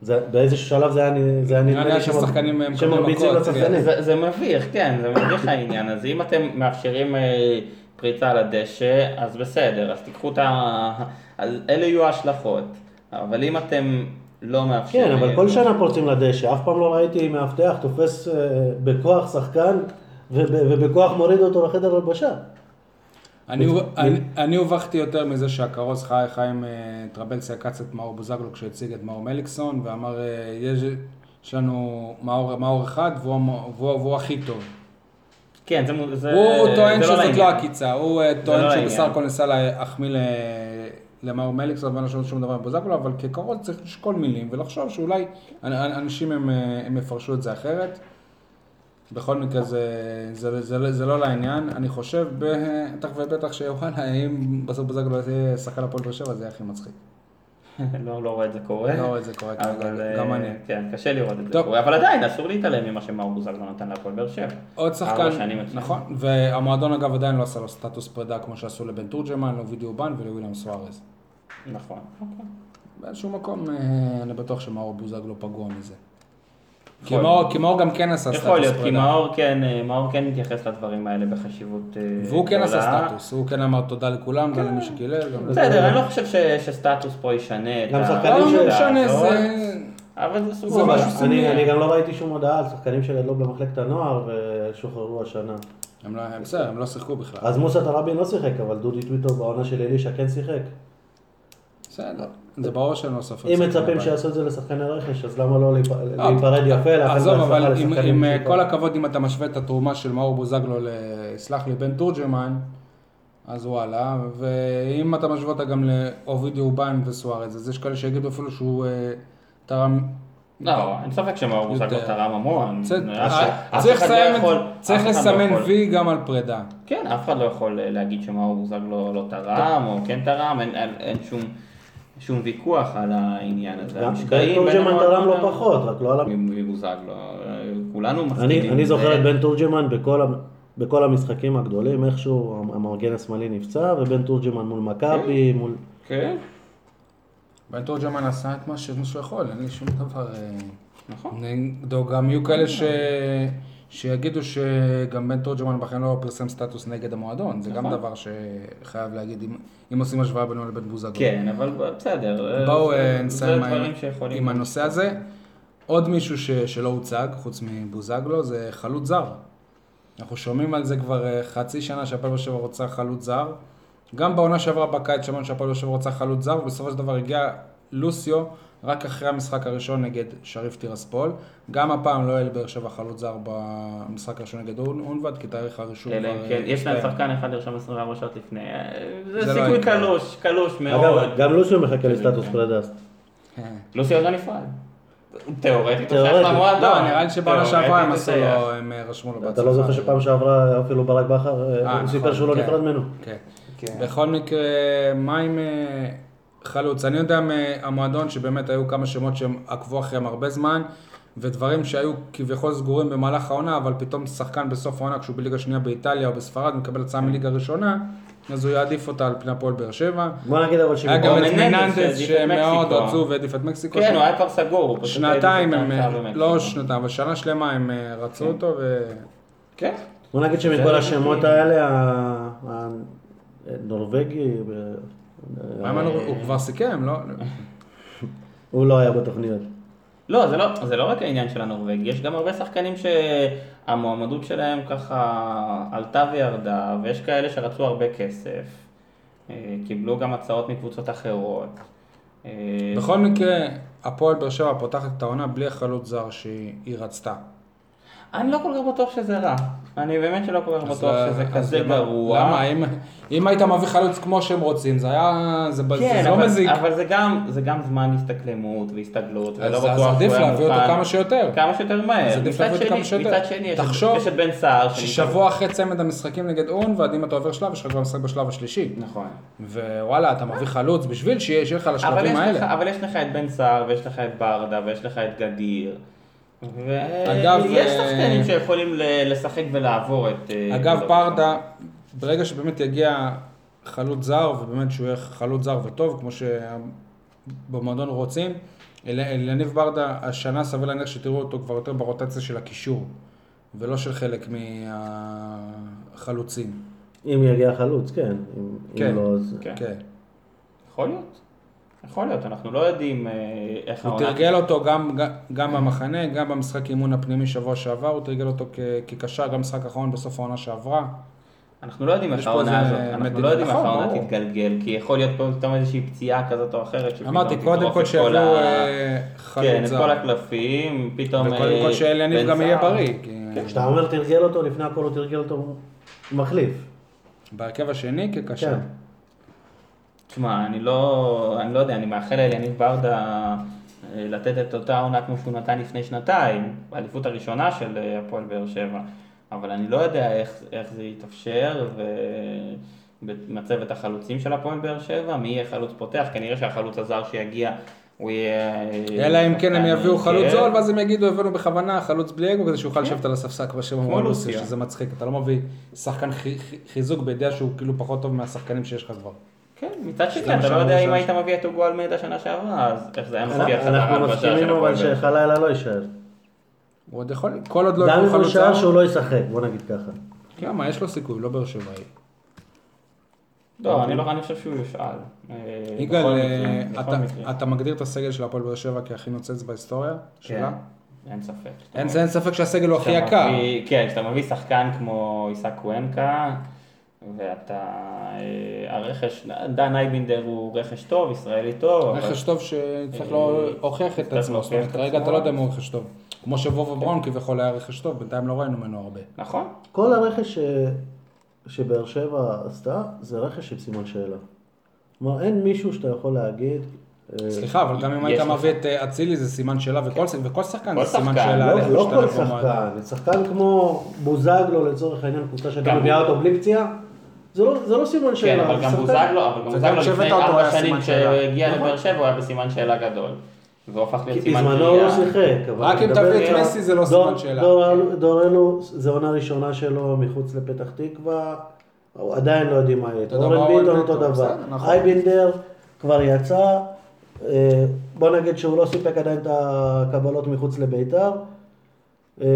[SPEAKER 3] זה- באיזשהו שלב זה היה נ- זה היה נדמה
[SPEAKER 2] נראה
[SPEAKER 3] לי
[SPEAKER 2] שהשחקנים הם
[SPEAKER 3] שמר-
[SPEAKER 2] מקבלים
[SPEAKER 3] שמרביצים
[SPEAKER 2] מכות, כן.
[SPEAKER 3] לשחקנים.
[SPEAKER 4] זה, זה מביך, כן, זה מביך העניין הזה. אם אתם מאפשרים אה, פריצה על הדשא, אז בסדר, אז תיקחו את ה... אז אלה יהיו ההשלכות. אבל אם אתם לא מאפשרים...
[SPEAKER 3] כן, אבל כל שנה פורצים לדשא, אף פעם לא ראיתי מאבטח תופס אה, בכוח שחקן וב- ובכוח מוריד אותו לחדר הלבשה.
[SPEAKER 2] אני הוב- אני- אני הובכתי יותר מזה שהכרוז חי- חיים אה, טרבלסי עקץ את מאור בוזגלו כשהציג את מאור מליקסון ואמר אה, יש יש לנו מאור מאור אחד והוא המ- והוא והוא הכי טוב.
[SPEAKER 4] כן, זה, מו- זה,
[SPEAKER 2] הוא טוען
[SPEAKER 4] זה
[SPEAKER 2] שזאת לא
[SPEAKER 4] לעניין.
[SPEAKER 2] עקיצה, הוא אה,
[SPEAKER 4] לא
[SPEAKER 2] טוען שהוא
[SPEAKER 4] לעניין.
[SPEAKER 2] בסך הכל ניסה להחמיא ל- למאור מליקסון ואין לו לא שום- שום דבר עם בוזגלו, אבל כעיקרון צריך לשקול מילים ולחשוב שאולי אנ- אנ- אנשים הם, אה, הם יפרשו את זה אחרת. בכל מקרה זה, זה, זה, זה, זה לא לעניין, אני חושב בטח ובטח שוואלה, אם בסוף בוזגלו יהיה שחקן הפועל באר שבע זה יהיה הכי מצחיק.
[SPEAKER 4] לא, לא רואה את זה קורה.
[SPEAKER 2] לא רואה את זה קורה כרגע,
[SPEAKER 4] אבל,
[SPEAKER 2] גם
[SPEAKER 4] אה,
[SPEAKER 2] אני.
[SPEAKER 4] כן, קשה לראות את זה
[SPEAKER 2] טוב.
[SPEAKER 4] קורה, אבל עדיין אסור להתעלם ממה שמאור בוזגלו נתן להפועל באר שבע.
[SPEAKER 2] עוד שחקן,
[SPEAKER 4] ארבע שנים אצלנו.
[SPEAKER 2] נכון, והמועדון אגב עדיין לא עשה לו סטטוס פרידה כמו שעשו לבן תורג'מן, לא לוידי אובן ולוויליאם סוארז.
[SPEAKER 4] נכון. אוקיי.
[SPEAKER 2] באיזשהו מקום, אה, אני בטוח שמאור בוזגלו פגוע מזה. כי מאור- כי מאור גם כן עשה סטטוס
[SPEAKER 4] יכול להיות, כי
[SPEAKER 2] פרידה.
[SPEAKER 4] מאור כן, אה, מאור כן מתייחס לדברים האלה בחשיבות אה, גדולה.
[SPEAKER 2] והוא כן עשה סטטוס, הוא כן אמר תודה לכולם, גם למי שקילל, גם לזה.
[SPEAKER 4] בסדר, אני לא חושב ש- שסטטוס פה ישנה את
[SPEAKER 3] גם
[SPEAKER 4] ה-
[SPEAKER 3] שחקנים
[SPEAKER 4] את
[SPEAKER 2] לא
[SPEAKER 3] של-
[SPEAKER 4] העמדה
[SPEAKER 2] משנה,
[SPEAKER 4] הזאת,
[SPEAKER 2] זה...
[SPEAKER 4] אבל זה סוג
[SPEAKER 2] זה
[SPEAKER 4] של-
[SPEAKER 2] משהו
[SPEAKER 3] אני-
[SPEAKER 2] סמלי.
[SPEAKER 3] אני גם לא ראיתי שום הודעה על שחקנים של אלו במחלקת הנוער ושוחררו השנה.
[SPEAKER 2] הם לא, הם בסדר, הם לא שיחקו בכלל.
[SPEAKER 3] אז מוסא תראבין לא שיחק, אבל דודי טוויטו בעונה של אלישע כן שיחק.
[SPEAKER 2] בסדר, זה ברור שהם לא סופרים.
[SPEAKER 3] אם
[SPEAKER 2] שחקנים
[SPEAKER 3] מצפים
[SPEAKER 2] הבית.
[SPEAKER 3] שיעשו את זה לשחקני רכש, אז למה לא להיפ-
[SPEAKER 2] לא,
[SPEAKER 3] להיפרד יפה, לאחל
[SPEAKER 2] עזוב,
[SPEAKER 3] בהצלחה
[SPEAKER 2] אבל עם-
[SPEAKER 3] לשחקנים
[SPEAKER 2] עם אה,
[SPEAKER 3] שכבר-
[SPEAKER 2] כל הכבוד, אם אתה משווה את התרומה של מאור בוזגלו ל... סלח לי, בן תורג'מן, אז וואלה, ואם אתה משווה אותה גם לאובידי אובן וסוארז, אז יש כאלה שיגידו אפילו שהוא אה, תרם
[SPEAKER 4] לא, אין ספק שמאור בוזגלו
[SPEAKER 2] יותר.
[SPEAKER 4] תרם המון.
[SPEAKER 2] צא-
[SPEAKER 4] אף-
[SPEAKER 2] אה,
[SPEAKER 4] אף
[SPEAKER 2] צריך
[SPEAKER 4] אחד לא
[SPEAKER 2] לסיים את-
[SPEAKER 4] יכול-
[SPEAKER 2] צריך
[SPEAKER 4] אף אחד לא
[SPEAKER 2] לסמן
[SPEAKER 4] יכול.
[SPEAKER 2] וי גם על פרידה.
[SPEAKER 4] כן, לא אף אחד לא יכול אה, להגיד שמאור בוזגלו לא תרם, או כן תרם, אין- אין אין שום... שום ויכוח על העניין הזה.
[SPEAKER 3] גם
[SPEAKER 4] המשקעים
[SPEAKER 3] בן
[SPEAKER 4] בין
[SPEAKER 3] תורג'מן תרם
[SPEAKER 4] המועדון-
[SPEAKER 3] לא פחות, רק לא על המ...
[SPEAKER 4] מבוזגלו, אה, כולנו
[SPEAKER 3] אני,
[SPEAKER 4] מסכימים.
[SPEAKER 3] אני זוכר
[SPEAKER 2] אה,
[SPEAKER 4] זה-
[SPEAKER 3] את בן תורג'מן בכל, המ- בכל המשחקים הגדולים, איכשהו המארגן השמאלי נפצע, ובן תורג'מן מול מכבי,
[SPEAKER 2] אה,
[SPEAKER 3] מול...
[SPEAKER 4] כן,
[SPEAKER 2] בן תורג'מן עשה את מה ש- מה שהוא יכול, אין לי שום דבר... אה,
[SPEAKER 4] נכון.
[SPEAKER 2] נגדו גם יהיו כאלה ש... שיגידו שגם בן תורג'מן בכלל לא פרסם סטטוס נגד המועדון, זה גם
[SPEAKER 4] נכון.
[SPEAKER 2] דבר שחייב להגיד, אם, אם עושים השוואה בינו לבין בוזגלו.
[SPEAKER 4] כן, אבל בסדר.
[SPEAKER 2] בואו
[SPEAKER 4] זה-
[SPEAKER 2] אה,
[SPEAKER 4] זה
[SPEAKER 2] נסיים
[SPEAKER 4] דברים
[SPEAKER 2] עם,
[SPEAKER 4] שיכולים...
[SPEAKER 2] עם הנושא הזה. עוד מישהו ש, שלא הוצג, חוץ מבוזגלו, זה חלוץ זר. אנחנו שומעים על זה כבר אה, חצי שנה שהפועל באר שבע רוצה חלוץ זר. גם בעונה שעברה בקיץ שמענו שהפועל באר שבע רוצה חלוץ זר, ובסופו של דבר הגיע לוסיו רק אחרי המשחק הראשון נגד שריף טירספול. גם הפעם לא העל באר שבע חלוץ זר במשחק הראשון נגד און- אונבד, כי תאריך הראשון
[SPEAKER 4] אלא
[SPEAKER 2] כבר,
[SPEAKER 4] אם כן,
[SPEAKER 2] אה,
[SPEAKER 4] יש להם
[SPEAKER 2] הסתיים.
[SPEAKER 4] שחקן אחד לרשום 24 שעות לפני. אה,
[SPEAKER 2] זה
[SPEAKER 4] זה
[SPEAKER 2] לא
[SPEAKER 4] סיכוי
[SPEAKER 2] יקרה.
[SPEAKER 4] קלוש, קלוש
[SPEAKER 2] אה,
[SPEAKER 4] מאוד.
[SPEAKER 3] אגב, גם לוסיו מחכה לסטטוס פרדס.
[SPEAKER 2] כן.
[SPEAKER 4] לוסי עוד לא נפרד. תיאורטית,
[SPEAKER 3] תיאורטית.
[SPEAKER 4] הוא שייך למועדון.
[SPEAKER 2] לא, נראה לי שבעונה שעברה הם
[SPEAKER 4] תיאורטית לא-
[SPEAKER 2] עשו
[SPEAKER 4] זה שייך.
[SPEAKER 2] לו, הם אה, רשמו לו
[SPEAKER 3] אתה לא זוכר שפעם שעברה אפילו ברק בכר, אה,
[SPEAKER 2] אה,
[SPEAKER 3] הוא
[SPEAKER 2] נכון,
[SPEAKER 3] סיפר שהוא לא
[SPEAKER 2] כן.
[SPEAKER 3] נפרד ממנו.
[SPEAKER 2] כן. בכל מקרה, מה עם אה, חלוץ? אני יודע מהמועדון שבאמת היו כמה שמות שהם עקבו אחריהם הרבה זמן, ודברים שהיו כביכול סגורים במהלך העונה, אבל פתאום שחקן בסוף העונה, כשהוא בליגה שנייה באיטליה או בספרד, מקבל
[SPEAKER 4] כן.
[SPEAKER 2] הצעה מליגה ראשונה, אז הוא יעדיף אותה על פני הפועל באר שבע.
[SPEAKER 3] בוא נגיד אבל
[SPEAKER 2] היה גם
[SPEAKER 4] או
[SPEAKER 2] את
[SPEAKER 3] שבמקום...
[SPEAKER 4] מננדס
[SPEAKER 2] מננדס
[SPEAKER 4] שהעדיף את
[SPEAKER 2] שמאוד
[SPEAKER 4] מקסיקו.
[SPEAKER 2] רצו והעדיף את מקסיקו.
[SPEAKER 4] כן, הוא היה כבר סגור. הוא פשוט
[SPEAKER 2] שנתיים
[SPEAKER 4] העדיף
[SPEAKER 2] הם,
[SPEAKER 4] את
[SPEAKER 2] אה,
[SPEAKER 4] ההצעה במקסיקו.
[SPEAKER 2] לא שנתיים, אבל שנה שלמה הם אה, רצו אותו, ו...
[SPEAKER 4] כן.
[SPEAKER 3] בוא נגיד שמכל
[SPEAKER 4] זה-
[SPEAKER 3] השמות
[SPEAKER 2] אה,
[SPEAKER 3] האלה, ה- ה- הנורבגי, ב-
[SPEAKER 2] מה עם הנור- הוא כבר סיכם, לא?
[SPEAKER 3] הוא לא היה בתוכניות.
[SPEAKER 4] לא, זה לא, זה לא רק העניין של הנורבגי, יש גם הרבה שחקנים שהמועמדות שלהם ככה עלתה וירדה, ויש כאלה שרצו הרבה כסף, אה, קיבלו גם הצעות מקבוצות אחרות. אה,
[SPEAKER 2] בכל מקרה, הפועל באר שבע פותחת את העונה בלי החלוץ זר שהיא רצתה.
[SPEAKER 4] אני לא כל כך בטוח שזה רע, אני באמת שלא כל כך
[SPEAKER 2] אז
[SPEAKER 4] בטוח שזה
[SPEAKER 2] אז
[SPEAKER 4] כזה
[SPEAKER 2] למה-
[SPEAKER 4] גרוע.
[SPEAKER 2] למה? אם- אם היית מביא חלוץ כמו שהם רוצים, זה היה... זה ב-
[SPEAKER 4] כן,
[SPEAKER 2] זה לא
[SPEAKER 4] אבל,
[SPEAKER 2] מזיק.
[SPEAKER 4] אבל זה גם, זה גם זמן הסתכלמות והסתגלות, ולא
[SPEAKER 2] אז-
[SPEAKER 4] בטוח
[SPEAKER 2] אז עדיף
[SPEAKER 4] שהוא היה
[SPEAKER 2] להביא אותו
[SPEAKER 4] מוכן.
[SPEAKER 2] כמה שיותר.
[SPEAKER 4] כמה שיותר מהר.
[SPEAKER 2] אז עדיף
[SPEAKER 4] מצד
[SPEAKER 2] להביא אותו
[SPEAKER 4] שני-
[SPEAKER 2] כמה שיותר.
[SPEAKER 4] מצד שני, יש את-
[SPEAKER 2] תחשוב
[SPEAKER 4] יש את בן סער. שנמצא-
[SPEAKER 2] ששבוע אחרי צמד המשחקים נגד אונבד, אם אתה עובר שלב, יש לך כבר משחק בשלב השלישי.
[SPEAKER 4] נכון.
[SPEAKER 2] ווואלה, אתה מביא חלוץ בשביל שיהיה שיהיה לך
[SPEAKER 4] אבל יש,
[SPEAKER 2] לשלבים
[SPEAKER 4] לך,
[SPEAKER 2] האלה.
[SPEAKER 4] אבל יש לך את בן סער, ויש לך את ברדה, ויש לך את גדיר.
[SPEAKER 2] אגב,
[SPEAKER 4] ויש
[SPEAKER 2] אה,
[SPEAKER 4] שחקנים שיכולים ל- לשחק ולעבור את... אה,
[SPEAKER 2] אגב,
[SPEAKER 4] כל
[SPEAKER 2] פרדה, ברגע שבאמת יגיע חלוץ זר, ובאמת שהוא יהיה חלוץ זר וטוב, כמו שבמועדון רוצים, אל- אלניב ברדה, השנה סביר להניח שתראו אותו כבר יותר ברוטציה של הקישור, ולא של חלק מהחלוצים.
[SPEAKER 3] אם יגיע חלוץ, כן. אם-
[SPEAKER 2] כן.
[SPEAKER 3] אם לא, אז...
[SPEAKER 4] כן.
[SPEAKER 2] כן.
[SPEAKER 4] יכול להיות. יכול להיות, אנחנו לא יודעים אה, איך
[SPEAKER 2] הוא
[SPEAKER 4] העונה...
[SPEAKER 2] תרגל אותו גם, גם במחנה, גם במשחק אימון הפנימי שבוע שעבר, הוא תרגל אותו כ- כקשר, גם משחק האחרון בסוף העונה שעברה.
[SPEAKER 4] אנחנו לא יודעים
[SPEAKER 2] יש
[SPEAKER 4] איך
[SPEAKER 2] פה
[SPEAKER 4] העונה
[SPEAKER 2] איזה
[SPEAKER 4] הזאת, אנחנו
[SPEAKER 2] מדיניות.
[SPEAKER 4] לא יודעים איך
[SPEAKER 2] נכון,
[SPEAKER 4] העונה
[SPEAKER 2] ברור.
[SPEAKER 4] תתגלגל, כי יכול להיות פה פתאום איזושהי פציעה כזאת או אחרת, שפתאום
[SPEAKER 2] אמרתי, קודם
[SPEAKER 4] תטרוף
[SPEAKER 2] כל
[SPEAKER 4] את
[SPEAKER 2] שיביאו
[SPEAKER 4] ה-
[SPEAKER 2] אה,
[SPEAKER 4] כן,
[SPEAKER 2] חלוץ
[SPEAKER 4] את
[SPEAKER 2] זר.
[SPEAKER 4] כל הקלפים, פתאום...
[SPEAKER 2] וקודם כל
[SPEAKER 4] אה,
[SPEAKER 2] שאליניב
[SPEAKER 4] בן כן,
[SPEAKER 2] גם יהיה
[SPEAKER 4] סער.
[SPEAKER 2] בריא, כי
[SPEAKER 3] כשאתה אומר תרגל אותו, לפני הכל הוא תרגל אותו מחליף.
[SPEAKER 2] בהרכב השני כקשר.
[SPEAKER 3] כן.
[SPEAKER 4] תשמע, אני לא, אני לא יודע, אני מאחל ליניב ברדה אה, לתת את אותה עונה כמו שהוא נתן לפני שנתיים, באליפות הראשונה של אה, הפועל באר שבע, אבל אני לא יודע איך, איך זה יתאפשר, ובמצבת החלוצים של הפועל באר שבע, מי יהיה חלוץ פותח, כנראה שהחלוץ הזר שיגיע, הוא יהיה... אה,
[SPEAKER 2] אלא אם כן הם
[SPEAKER 4] שחקן
[SPEAKER 2] יביאו חלוץ
[SPEAKER 4] הרכב.
[SPEAKER 2] זול, ואז הם יגידו, הבאנו בכוונה חלוץ בלי אגו, כדי שיוכל לשבת על הספסק בשם
[SPEAKER 4] כן. כמו
[SPEAKER 2] המורלוסי,
[SPEAKER 4] לוסיה.
[SPEAKER 2] שזה מצחיק. אתה לא מביא שחקן חי- חי- חיזוק בידיעה שהוא כאילו פחות טוב מהשחקנים שיש לך כבר.
[SPEAKER 4] כן, מצד שני,
[SPEAKER 2] למשל
[SPEAKER 4] אתה לא יודע אם
[SPEAKER 2] למשל-
[SPEAKER 4] היית מביא את אוגו אלמדה שנה שעברה, אז איך זה היה מבטיח את
[SPEAKER 3] אנחנו
[SPEAKER 4] ההלבשה של
[SPEAKER 3] מסכימים אבל
[SPEAKER 4] הפועל באר שבע.
[SPEAKER 3] שחלילה לא יישאר.
[SPEAKER 2] הוא עוד יכול, כל עוד לא
[SPEAKER 3] גם
[SPEAKER 2] יביאו
[SPEAKER 3] אם הוא
[SPEAKER 2] חלוץ
[SPEAKER 3] יישאר שהוא
[SPEAKER 2] זול.
[SPEAKER 3] לא ישחק, בוא נגיד ככה.
[SPEAKER 2] למה? יש לו סיכוי, לא באר שבעי.
[SPEAKER 4] לא, אני לא אני חושב שהוא יושאל. אה,
[SPEAKER 2] יגאל,
[SPEAKER 4] בכל
[SPEAKER 2] אה,
[SPEAKER 4] מקרה, בכל
[SPEAKER 2] אתה-
[SPEAKER 4] מקרה.
[SPEAKER 2] אתה מגדיר את הסגל של הפועל באר שבע כהכי נוצץ בהיסטוריה? שלה?
[SPEAKER 4] כן, אין ספק.
[SPEAKER 2] אין אין ספק שהסגל הוא הכי
[SPEAKER 4] כשאתה
[SPEAKER 2] יקר.
[SPEAKER 4] מביא- כן, כשאתה מביא שחקן כמו עיסק קוונקה, ואתה... אה, הרכש, דן אייבינדר הוא רכש טוב, ישראלי טוב. אבל-
[SPEAKER 2] רכש טוב שצריך לא הוכיח את
[SPEAKER 4] צריך
[SPEAKER 2] עצמו, זאת
[SPEAKER 4] להוכיח
[SPEAKER 2] אומרת,
[SPEAKER 4] אה, את
[SPEAKER 2] כרגע
[SPEAKER 4] עצמו.
[SPEAKER 2] אתה לא יודע אם הוא רכש טוב. כמו שבובה ברון כביכול היה רכש טוב, בינתיים לא ראינו ממנו הרבה.
[SPEAKER 4] נכון.
[SPEAKER 3] כל הרכש ש... שבאר שבע עשתה, זה רכש עם סימן שאלה. כלומר, אין מישהו שאתה יכול להגיד... אה,
[SPEAKER 2] סליחה, אבל גם אם
[SPEAKER 4] יש
[SPEAKER 2] היית
[SPEAKER 4] לך. כן.
[SPEAKER 2] מביא את אה, אצילי זה סימן שאלה, וכל ש- וכל שחקן
[SPEAKER 4] כל
[SPEAKER 2] זה סימן
[SPEAKER 4] שחקן,
[SPEAKER 2] שאלה.
[SPEAKER 4] לא-
[SPEAKER 2] על איך
[SPEAKER 3] לא,
[SPEAKER 2] הוא
[SPEAKER 3] לא כל
[SPEAKER 2] ישתלב במועדון.
[SPEAKER 3] שחקן, שחקן כמו בוזגלו לצורך העניין, קבוצה שאתה
[SPEAKER 4] גם
[SPEAKER 3] מביאה
[SPEAKER 4] הוא.
[SPEAKER 3] אותו בלי פציעה, זה לא, זה לא סימן שאלה.
[SPEAKER 4] כן, אבל גם
[SPEAKER 3] שחקן-
[SPEAKER 4] בוזגלו, אבל
[SPEAKER 2] שחקן
[SPEAKER 4] גם בוזגלו לפני
[SPEAKER 2] שהבאת אותו
[SPEAKER 4] ארבע
[SPEAKER 2] היה
[SPEAKER 4] שנים
[SPEAKER 2] סימן שאלה.
[SPEAKER 4] כשהגיע
[SPEAKER 2] נכון.
[SPEAKER 4] לבאר שבע הוא היה בסימן שאלה גדול. והוא הפך
[SPEAKER 3] כי
[SPEAKER 4] להיות כן, סימן
[SPEAKER 3] בזמנו
[SPEAKER 4] קריאה.
[SPEAKER 3] הוא שיחק. אבל
[SPEAKER 2] רק
[SPEAKER 3] אני
[SPEAKER 2] אם
[SPEAKER 3] מדבר
[SPEAKER 2] תביא את
[SPEAKER 3] על-
[SPEAKER 2] מסי זה לא
[SPEAKER 3] דור-
[SPEAKER 2] סימן שאלה.
[SPEAKER 3] דור- דורלו, זו עונה ראשונה שלו מחוץ לפתח תקווה, הוא עדיין לא יודעים מה יהיה.
[SPEAKER 2] אותו דבר,
[SPEAKER 3] אורן
[SPEAKER 2] אורן
[SPEAKER 3] ביטון אותו
[SPEAKER 2] ביטון,
[SPEAKER 3] דבר.
[SPEAKER 2] בסדר, נכון.
[SPEAKER 3] אייבינדר כבר יצא, אה, בוא נגיד שהוא לא סיפק עדיין את הקבלות מחוץ לביתר. אה,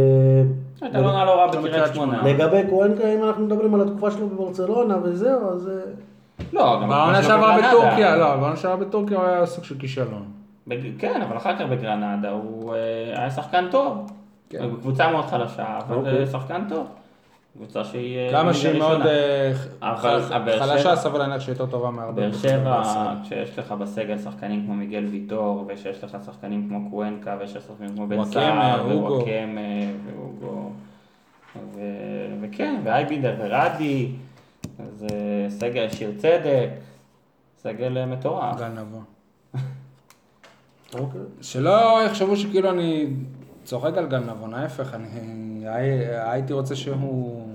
[SPEAKER 4] הייתה לו עונה לא רעה בקריית שמונה.
[SPEAKER 3] לגבי קוונקה, אם אנחנו מדברים על התקופה שלו בברצלונה וזהו, אז... אה,
[SPEAKER 4] לא, גם
[SPEAKER 2] בעונה
[SPEAKER 4] כמו
[SPEAKER 2] שעברה
[SPEAKER 4] שבגרנדה.
[SPEAKER 2] בטורקיה, לא, בעונה שעברה בטורקיה הוא היה סוג של כישלון.
[SPEAKER 4] בג- כן, אבל אחר כך בגרנדה הוא אה, היה שחקן טוב.
[SPEAKER 2] כן.
[SPEAKER 4] קבוצה מאוד חלשה, אבל
[SPEAKER 3] אוקיי.
[SPEAKER 4] אה, שחקן טוב. קבוצה שהיא... אה,
[SPEAKER 2] כמה
[SPEAKER 4] ליגה
[SPEAKER 2] שהיא מאוד
[SPEAKER 4] ראשונה.
[SPEAKER 2] אה,
[SPEAKER 4] אבל
[SPEAKER 2] חל-
[SPEAKER 4] הבאר שבע-
[SPEAKER 2] חלשה, סביר להניח שהיא יותר טובה מהרבה.
[SPEAKER 4] באר
[SPEAKER 2] קבוצות
[SPEAKER 4] שבע,
[SPEAKER 2] בישראל.
[SPEAKER 4] כשיש לך בסגל שחקנים כמו מיגל ויטור, ושיש לך שחקנים כמו קוונקה, ויש לך שחקנים כמו בן
[SPEAKER 2] וואקמה,
[SPEAKER 4] סער,
[SPEAKER 2] אוגו.
[SPEAKER 4] ווואקמה, ואוגו, ו- וכן, ואייבינדר ורדי, אז אה, סגל שיר צדק, סגל אה, מטורף.
[SPEAKER 2] גל נבון.
[SPEAKER 3] אוקיי.
[SPEAKER 2] שלא יחשבו שכאילו אני צוחק על גל נבון, ההפך, אני הי- הייתי רוצה שהוא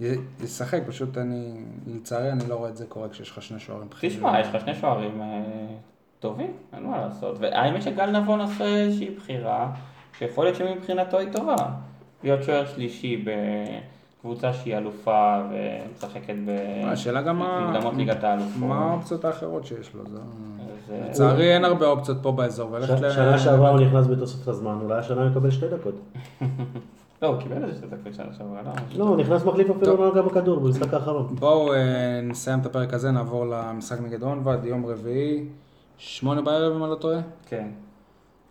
[SPEAKER 2] י- ישחק, פשוט אני, לצערי אני לא רואה את זה קורה כשיש לך שני שוערים בכירים.
[SPEAKER 4] תשמע, יש לך שני שוערים אה, טובים, אין מה לעשות. והאמת שגל נבון עשה איזושהי בחירה, שיכול להיות שמבחינתו היא טובה. להיות שוער שלישי בקבוצה שהיא אלופה ומשחקת ב-
[SPEAKER 2] השאלה גם מה-
[SPEAKER 4] במוקדמות ליגת האלופות.
[SPEAKER 2] מה האופציות האחרות שיש לו? זה...
[SPEAKER 4] אז, אה,
[SPEAKER 2] לצערי אין הרבה אופציות פה באזור, ולכת ל...
[SPEAKER 3] ש- שנה שעברה הוא נכנס בתוספת הזמן, אולי השנה הוא יקבל שתי דקות.
[SPEAKER 4] לא, הוא קיבל איזה שתי דקות שנה שעברה, לא?
[SPEAKER 3] לא, הוא נכנס מחליף אפילו לא גם בכדור במשחק האחרון.
[SPEAKER 2] בואו אה, נסיים את הפרק הזה, נעבור למשחק נגד אונבד, יום רביעי, שמונה בערב אם אני לא טועה.
[SPEAKER 4] כן.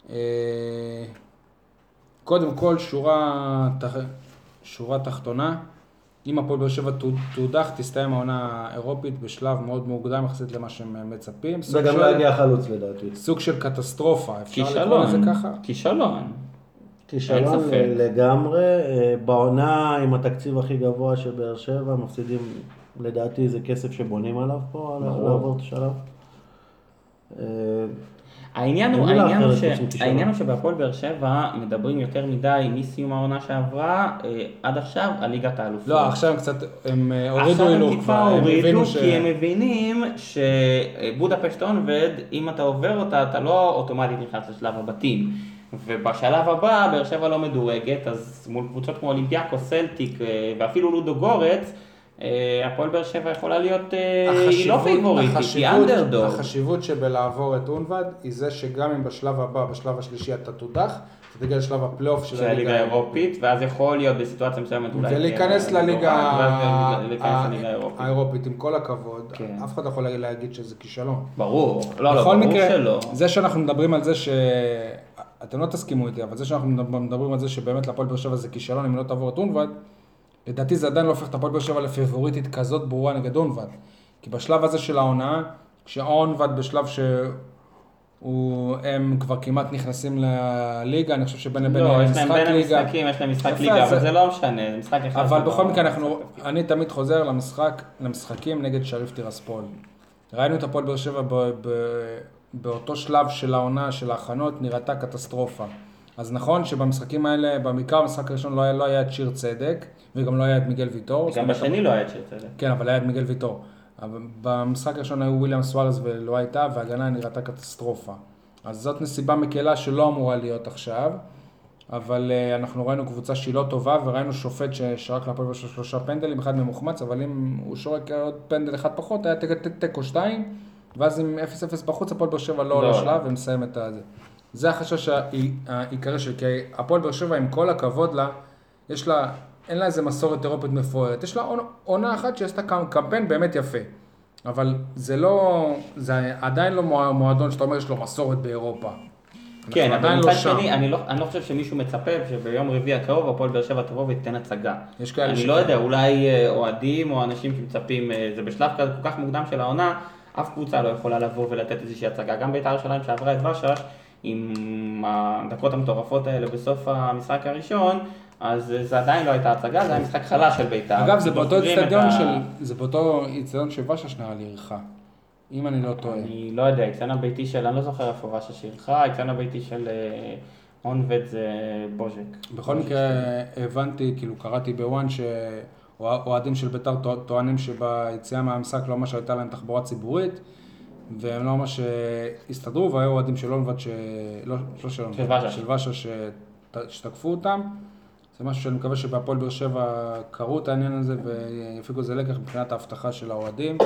[SPEAKER 2] אה, קודם כל, שורה, תח... שורה תחתונה, אם הפועל באר שבע ת- תודח, תסתיים העונה האירופית בשלב מאוד מוקדם יחסית למה שהם מצפים. סוג
[SPEAKER 3] וגם
[SPEAKER 2] של-
[SPEAKER 3] לא יגיע חלוץ לדעתי.
[SPEAKER 2] סוג של קטסטרופה, אפשר לקרוא לזה
[SPEAKER 4] כישלון,
[SPEAKER 2] ככה?
[SPEAKER 4] כישלון. אין
[SPEAKER 3] כישלון
[SPEAKER 4] ספק.
[SPEAKER 3] לגמרי, אה, בעונה עם התקציב הכי גבוה של באר שבע, מפסידים, לדעתי זה כסף שבונים עליו פה, על-
[SPEAKER 4] ברור.
[SPEAKER 3] לעבור את השלב. אה,
[SPEAKER 4] העניין הוא,
[SPEAKER 3] אין מילה
[SPEAKER 4] העניין הוא,
[SPEAKER 3] אחרת
[SPEAKER 4] ש...
[SPEAKER 3] חוץ מכישלון.
[SPEAKER 4] העניין הוא שבהפועל באר שבע מדברים יותר מדי מסיום העונה שעברה אה, עד עכשיו על ליגת האלופות.
[SPEAKER 2] לא, עכשיו הם קצת, הם אה,
[SPEAKER 4] עכשיו
[SPEAKER 2] הורידו הילוך
[SPEAKER 4] הם טיפה
[SPEAKER 2] כבר, הם
[SPEAKER 4] הורידו,
[SPEAKER 2] הבינו ש-
[SPEAKER 4] כי הם אה, מבינים שבודפשט אונבד, אם אתה עובר אותה, אתה לא אוטומטית נכנס לשלב הבתים. ובשלב הבא, באר שבע לא מדורגת, אז מול קבוצות כמו אולימפיאקו, סלטיק אה, ואפילו לודו גורץ, אה, הפועל באר שבע יכולה להיות, אה, היא לא
[SPEAKER 2] החשיבות-
[SPEAKER 4] פייבוריטית, היא
[SPEAKER 2] החשיבות-
[SPEAKER 4] אנדרדוג.
[SPEAKER 2] החשיבות שבלעבור את אונבד היא זה שגם אם בשלב הבא, בשלב השלישי אתה תודח, אתה תגיע לשלב הפלייאוף של
[SPEAKER 4] של הליגה האירופית, ואז יכול להיות בסיטואציה מסוימת אולי...
[SPEAKER 2] ולהיכנס
[SPEAKER 4] אה,
[SPEAKER 2] לליגה
[SPEAKER 4] ואז
[SPEAKER 2] ה-
[SPEAKER 4] להיכנס לליגה האירופית.
[SPEAKER 2] האירופית, עם כל הכבוד,
[SPEAKER 4] כן.
[SPEAKER 2] אף אחד לא יכול להגיד שזה כישלון.
[SPEAKER 4] ברור, לא, לא,
[SPEAKER 2] בכל
[SPEAKER 4] ברור
[SPEAKER 2] מקרה,
[SPEAKER 4] שלא.
[SPEAKER 2] זה שאנחנו מדברים על זה ש... אתם לא תסכימו איתי, אבל זה שאנחנו מדבר- מדברים על זה שבאמת להפועל באר שבע זה כישלון אם לא תעבור את אונבד, לדעתי זה עדיין לא הופך את הפועל באר שבע לפיבוריטית כזאת ברורה נגד אונבד. כי בשלב הזה של ההונאה, כשאונבד בשלב ש... הוא, הם כבר כמעט נכנסים לליגה, אני חושב שבין לבין
[SPEAKER 4] לא,
[SPEAKER 2] יהיה
[SPEAKER 4] יש להם
[SPEAKER 2] משחק
[SPEAKER 4] בין
[SPEAKER 2] ליגה.
[SPEAKER 4] המשחקים, יש להם משחק
[SPEAKER 2] יפה,
[SPEAKER 4] ליגה,
[SPEAKER 2] אז-
[SPEAKER 4] אבל זה לא משנה, זה משחק אחד.
[SPEAKER 2] אבל
[SPEAKER 4] זה
[SPEAKER 2] בכל
[SPEAKER 4] לא-
[SPEAKER 2] מקרה, אנחנו, אני תמיד חוזר למשחק, למשחקים נגד שריף טירספול. ראינו את הפועל באר שבע ב, ב, באותו שלב של העונה, של ההכנות, נראתה קטסטרופה. אז נכון שבמשחקים האלה, בעיקר במשחק הראשון לא היה, לא היה את שיר צדק, וגם לא היה את מיגל ויטור. זאת
[SPEAKER 4] גם
[SPEAKER 2] אומרת,
[SPEAKER 4] בשני לא היה את שצדק.
[SPEAKER 2] כן, אבל היה את מיגל ויטור. אבל במשחק הראשון היו וויליאם סוארז ולא הייתה, וההגנה נראתה קטסטרופה. אז זאת נסיבה מקלה שלא אמורה להיות עכשיו, אבל uh, אנחנו ראינו קבוצה שהיא לא טובה, וראינו שופט ששרק להפועל בשביל שלושה פנדלים, אחד ממוחמץ, אבל אם הוא שורק עוד פנדל אחד פחות, היה תיקו- תיקו שתיים, ואז עם 0-0 בחוץ, הפועל באר שבע לא עולה
[SPEAKER 4] לא.
[SPEAKER 2] שלב ומסיים את הזה. זה החשש העי- העיקרי שלי, כי הפועל באר שבע, עם כל הכבוד לה, יש לה, אין לה איזה מסורת אירופית מפוארת, יש לה עונ- עונה אחת שעשתה קמ- קמפיין באמת יפה. אבל זה לא, זה עדיין לא מוע- מועדון שאתה אומר יש לו מסורת באירופה. אנחנו
[SPEAKER 4] כן, אבל
[SPEAKER 2] עדיין לא
[SPEAKER 4] מצד
[SPEAKER 2] שם.
[SPEAKER 4] שני, אני לא, אני לא חושב שמישהו מצפה שביום רביעי הקרוב הפועל באר שבע תבוא ותיתן הצגה.
[SPEAKER 2] יש כאלה
[SPEAKER 4] אני
[SPEAKER 2] שכן.
[SPEAKER 4] לא יודע, אולי אה, אוהדים או אנשים שמצפים, אה, זה בשלב כזה כל כך מוקדם של העונה, אף קבוצה לא יכולה לבוא ולתת איזושהי הצגה. גם בית"ר ירושלים שעברה את ושש, עם הדקות המטורפות האלה בסוף המשחק הראשון, אז אה, זה עדיין לא הייתה הצגה, זה היה משחק חלש של בית"ר.
[SPEAKER 2] אגב, זה באותו
[SPEAKER 4] זוכרים את
[SPEAKER 2] אצטדיון
[SPEAKER 4] ה-
[SPEAKER 2] של, זה באותו אצטדיון שוושש נראה לי אירחה, אם אני לא טועה.
[SPEAKER 4] אני לא יודע, האיצטדיון הביתי של, אני לא זוכר איפה ושש שילחה, האיצטדיון הביתי של אה, אונבד זה בוז'ק.
[SPEAKER 2] בכל מקרה, הבנתי, כאילו קראתי בוואן, אוהדים של בית"ר טוע- טוענים שביציאה מהמשחק לא ממש הייתה להם תחבורה ציבורית, והם לא ממש אה, הסתדרו, והיו אוהדים של אונבד, ש... לא, לא של אונבד,
[SPEAKER 4] של וש"ש.
[SPEAKER 2] של וש"ש שת- שתקפו אותם. זה משהו שאני מקווה שבהפועל באר שבע קראו את העניין הזה ויפיקו איזה לקח מבחינת האבטחה של האוהדים.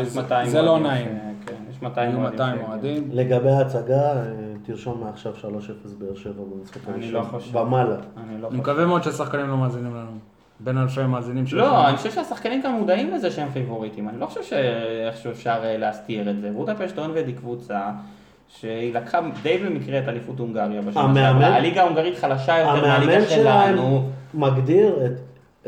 [SPEAKER 4] יש
[SPEAKER 2] זה-
[SPEAKER 4] 200
[SPEAKER 2] זה לא
[SPEAKER 4] אוהדים
[SPEAKER 2] נעים.
[SPEAKER 4] ש- כן, יש
[SPEAKER 2] היו
[SPEAKER 4] 200 אוהדים.
[SPEAKER 2] 200
[SPEAKER 4] שהגיעו.
[SPEAKER 2] אוהדים.
[SPEAKER 3] לגבי ההצגה, אה, תרשום מעכשיו 3-0 באר שבע במשחק
[SPEAKER 4] אני
[SPEAKER 3] הראשון.
[SPEAKER 4] לא חושב.
[SPEAKER 3] ומעלה.
[SPEAKER 4] אני לא
[SPEAKER 2] אני
[SPEAKER 4] חושב.
[SPEAKER 2] מקווה מאוד שהשחקנים לא מאזינים לנו. בין אלפי מאזינים
[SPEAKER 4] לא, אני חושב שהשחקנים כאן מודעים לזה שהם פייבוריטים, אני לא חושב שאיכשהו אפשר אה, להסתיר את זה. בודפשט אונבד היא קבוצה שהיא לקחה די במקרה את אליפות הונגריה בשנה
[SPEAKER 3] המאמן-
[SPEAKER 4] שעברה. הליגה ההונגרית חלשה יותר
[SPEAKER 3] המאמן
[SPEAKER 4] כן, מהליגה
[SPEAKER 3] שלהם
[SPEAKER 4] שלנו.
[SPEAKER 3] מגדיר את,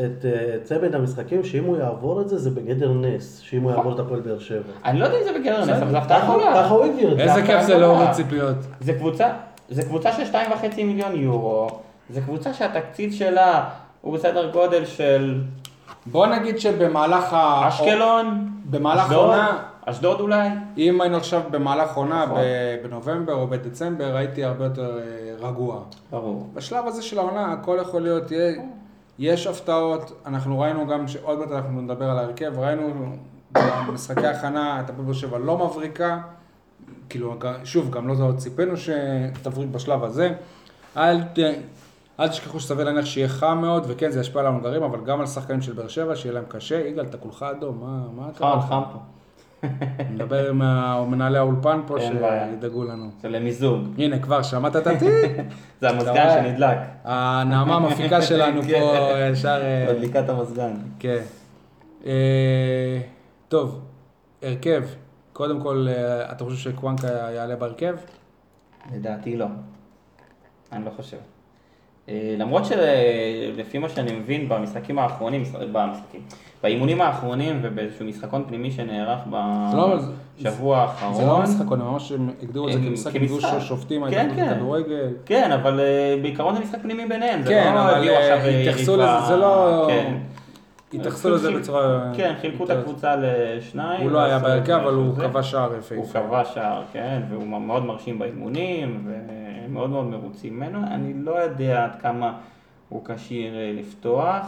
[SPEAKER 3] את אה, צמד המשחקים, שאם הוא יעבור את זה, זה בגדר נס, שאם
[SPEAKER 4] נכון.
[SPEAKER 3] הוא יעבור את הפועל באר שבע.
[SPEAKER 4] אני לא יודע אם זה בגדר נס, אבל זה הפתעה
[SPEAKER 3] ככה
[SPEAKER 4] גדולה.
[SPEAKER 3] ככה הוא הגדיר את זה.
[SPEAKER 2] איזה
[SPEAKER 4] לא
[SPEAKER 2] כיף זה להוריד ציפיות.
[SPEAKER 4] זה קבוצה, זה קבוצה של שתיים וחצי מיליון יורו, זה קבוצה שהתקציב שלה הוא בסדר גודל של
[SPEAKER 2] אה, בוא נגיד שבמהלך ה...
[SPEAKER 4] אשקלון,
[SPEAKER 2] במהלך
[SPEAKER 4] אשדוד,
[SPEAKER 2] העונה-
[SPEAKER 4] אשדוד אולי,
[SPEAKER 2] אם היינו עכשיו במהלך עונה,
[SPEAKER 4] נכון.
[SPEAKER 2] ב- בנובמבר או בדצמבר, הייתי הרבה יותר אה, רגוע.
[SPEAKER 4] ברור.
[SPEAKER 2] בשלב הזה של העונה, הכל יכול להיות, יהיה- יש הפתעות, אנחנו ראינו גם, ש- עוד מעט אנחנו נדבר על ההרכב, ראינו במשחקי הכנה, את הפועל באר שבע לא מבריקה, כאילו, ג- שוב, גם לא ציפינו שתבריק בשלב הזה. אל, ת- אל תשכחו שסביר להניח שיהיה חם מאוד, וכן, זה ישפיע על ההונגרים, אבל גם על שחקנים של באר שבע, שיהיה להם קשה. יגאל, אתה כולך אדום, מה, מה אתה...
[SPEAKER 4] חם, חם פה.
[SPEAKER 2] נדבר עם ה- מנהלי האולפן פה,
[SPEAKER 4] אין בעיה.
[SPEAKER 2] שידאגו לנו.
[SPEAKER 4] זה למיזוג,
[SPEAKER 2] הנה, כבר שמעת את הטיט?
[SPEAKER 4] זה
[SPEAKER 2] אתה
[SPEAKER 4] המזגן
[SPEAKER 2] רואה?
[SPEAKER 4] שנדלק,
[SPEAKER 2] הנעמה המפיקה שלנו
[SPEAKER 4] כן.
[SPEAKER 2] פה אה, ישר... אה,
[SPEAKER 4] מדליקת המזגן.
[SPEAKER 2] כן. אה, טוב, הרכב. קודם כל, אה, אתה חושב שקוואנקה יעלה בהרכב?
[SPEAKER 4] לדעתי לא. אני לא חושב. אה, למרות שלפי מה שאני מבין במשחקים האחרונים, במשחקים, באימונים האחרונים ובאיזשהו משחקון פנימי שנערך
[SPEAKER 2] לא, זה-
[SPEAKER 4] בשבוע האחרון.
[SPEAKER 2] זה לא משחקון, הם ממש הם הגדירו את זה
[SPEAKER 4] הם-
[SPEAKER 2] כמשחק,
[SPEAKER 4] כמשחק.
[SPEAKER 2] הגדירו ששופטים,
[SPEAKER 4] כן,
[SPEAKER 2] ההתאחדות
[SPEAKER 4] כן.
[SPEAKER 2] לכדורגל.
[SPEAKER 4] כן, אבל אה, בעיקרון זה משחק פנימי ביניהם, זה
[SPEAKER 2] כן,
[SPEAKER 4] לא
[SPEAKER 2] אבל
[SPEAKER 4] הביאו
[SPEAKER 2] אה,
[SPEAKER 4] עכשיו אה,
[SPEAKER 2] התייחסו
[SPEAKER 4] יריבה,
[SPEAKER 2] לזה, זה לא...
[SPEAKER 4] כן.
[SPEAKER 2] התייחסו
[SPEAKER 4] אז
[SPEAKER 2] לזה
[SPEAKER 4] חיל-
[SPEAKER 2] בצורה...
[SPEAKER 4] כן, חילקו את
[SPEAKER 2] יותר-
[SPEAKER 4] הקבוצה לשניים.
[SPEAKER 2] הוא לא היה
[SPEAKER 4] ועשו
[SPEAKER 2] בהרכב,
[SPEAKER 4] את
[SPEAKER 2] אבל הוא
[SPEAKER 4] זה.
[SPEAKER 2] כבש שער יפהפה.
[SPEAKER 4] הוא כבש שער, כן, והוא מאוד מרשים באימונים, והם מאוד מאוד מרוצים ממנו. אני לא יודע עד כמה הוא כשיר אה, לפתוח,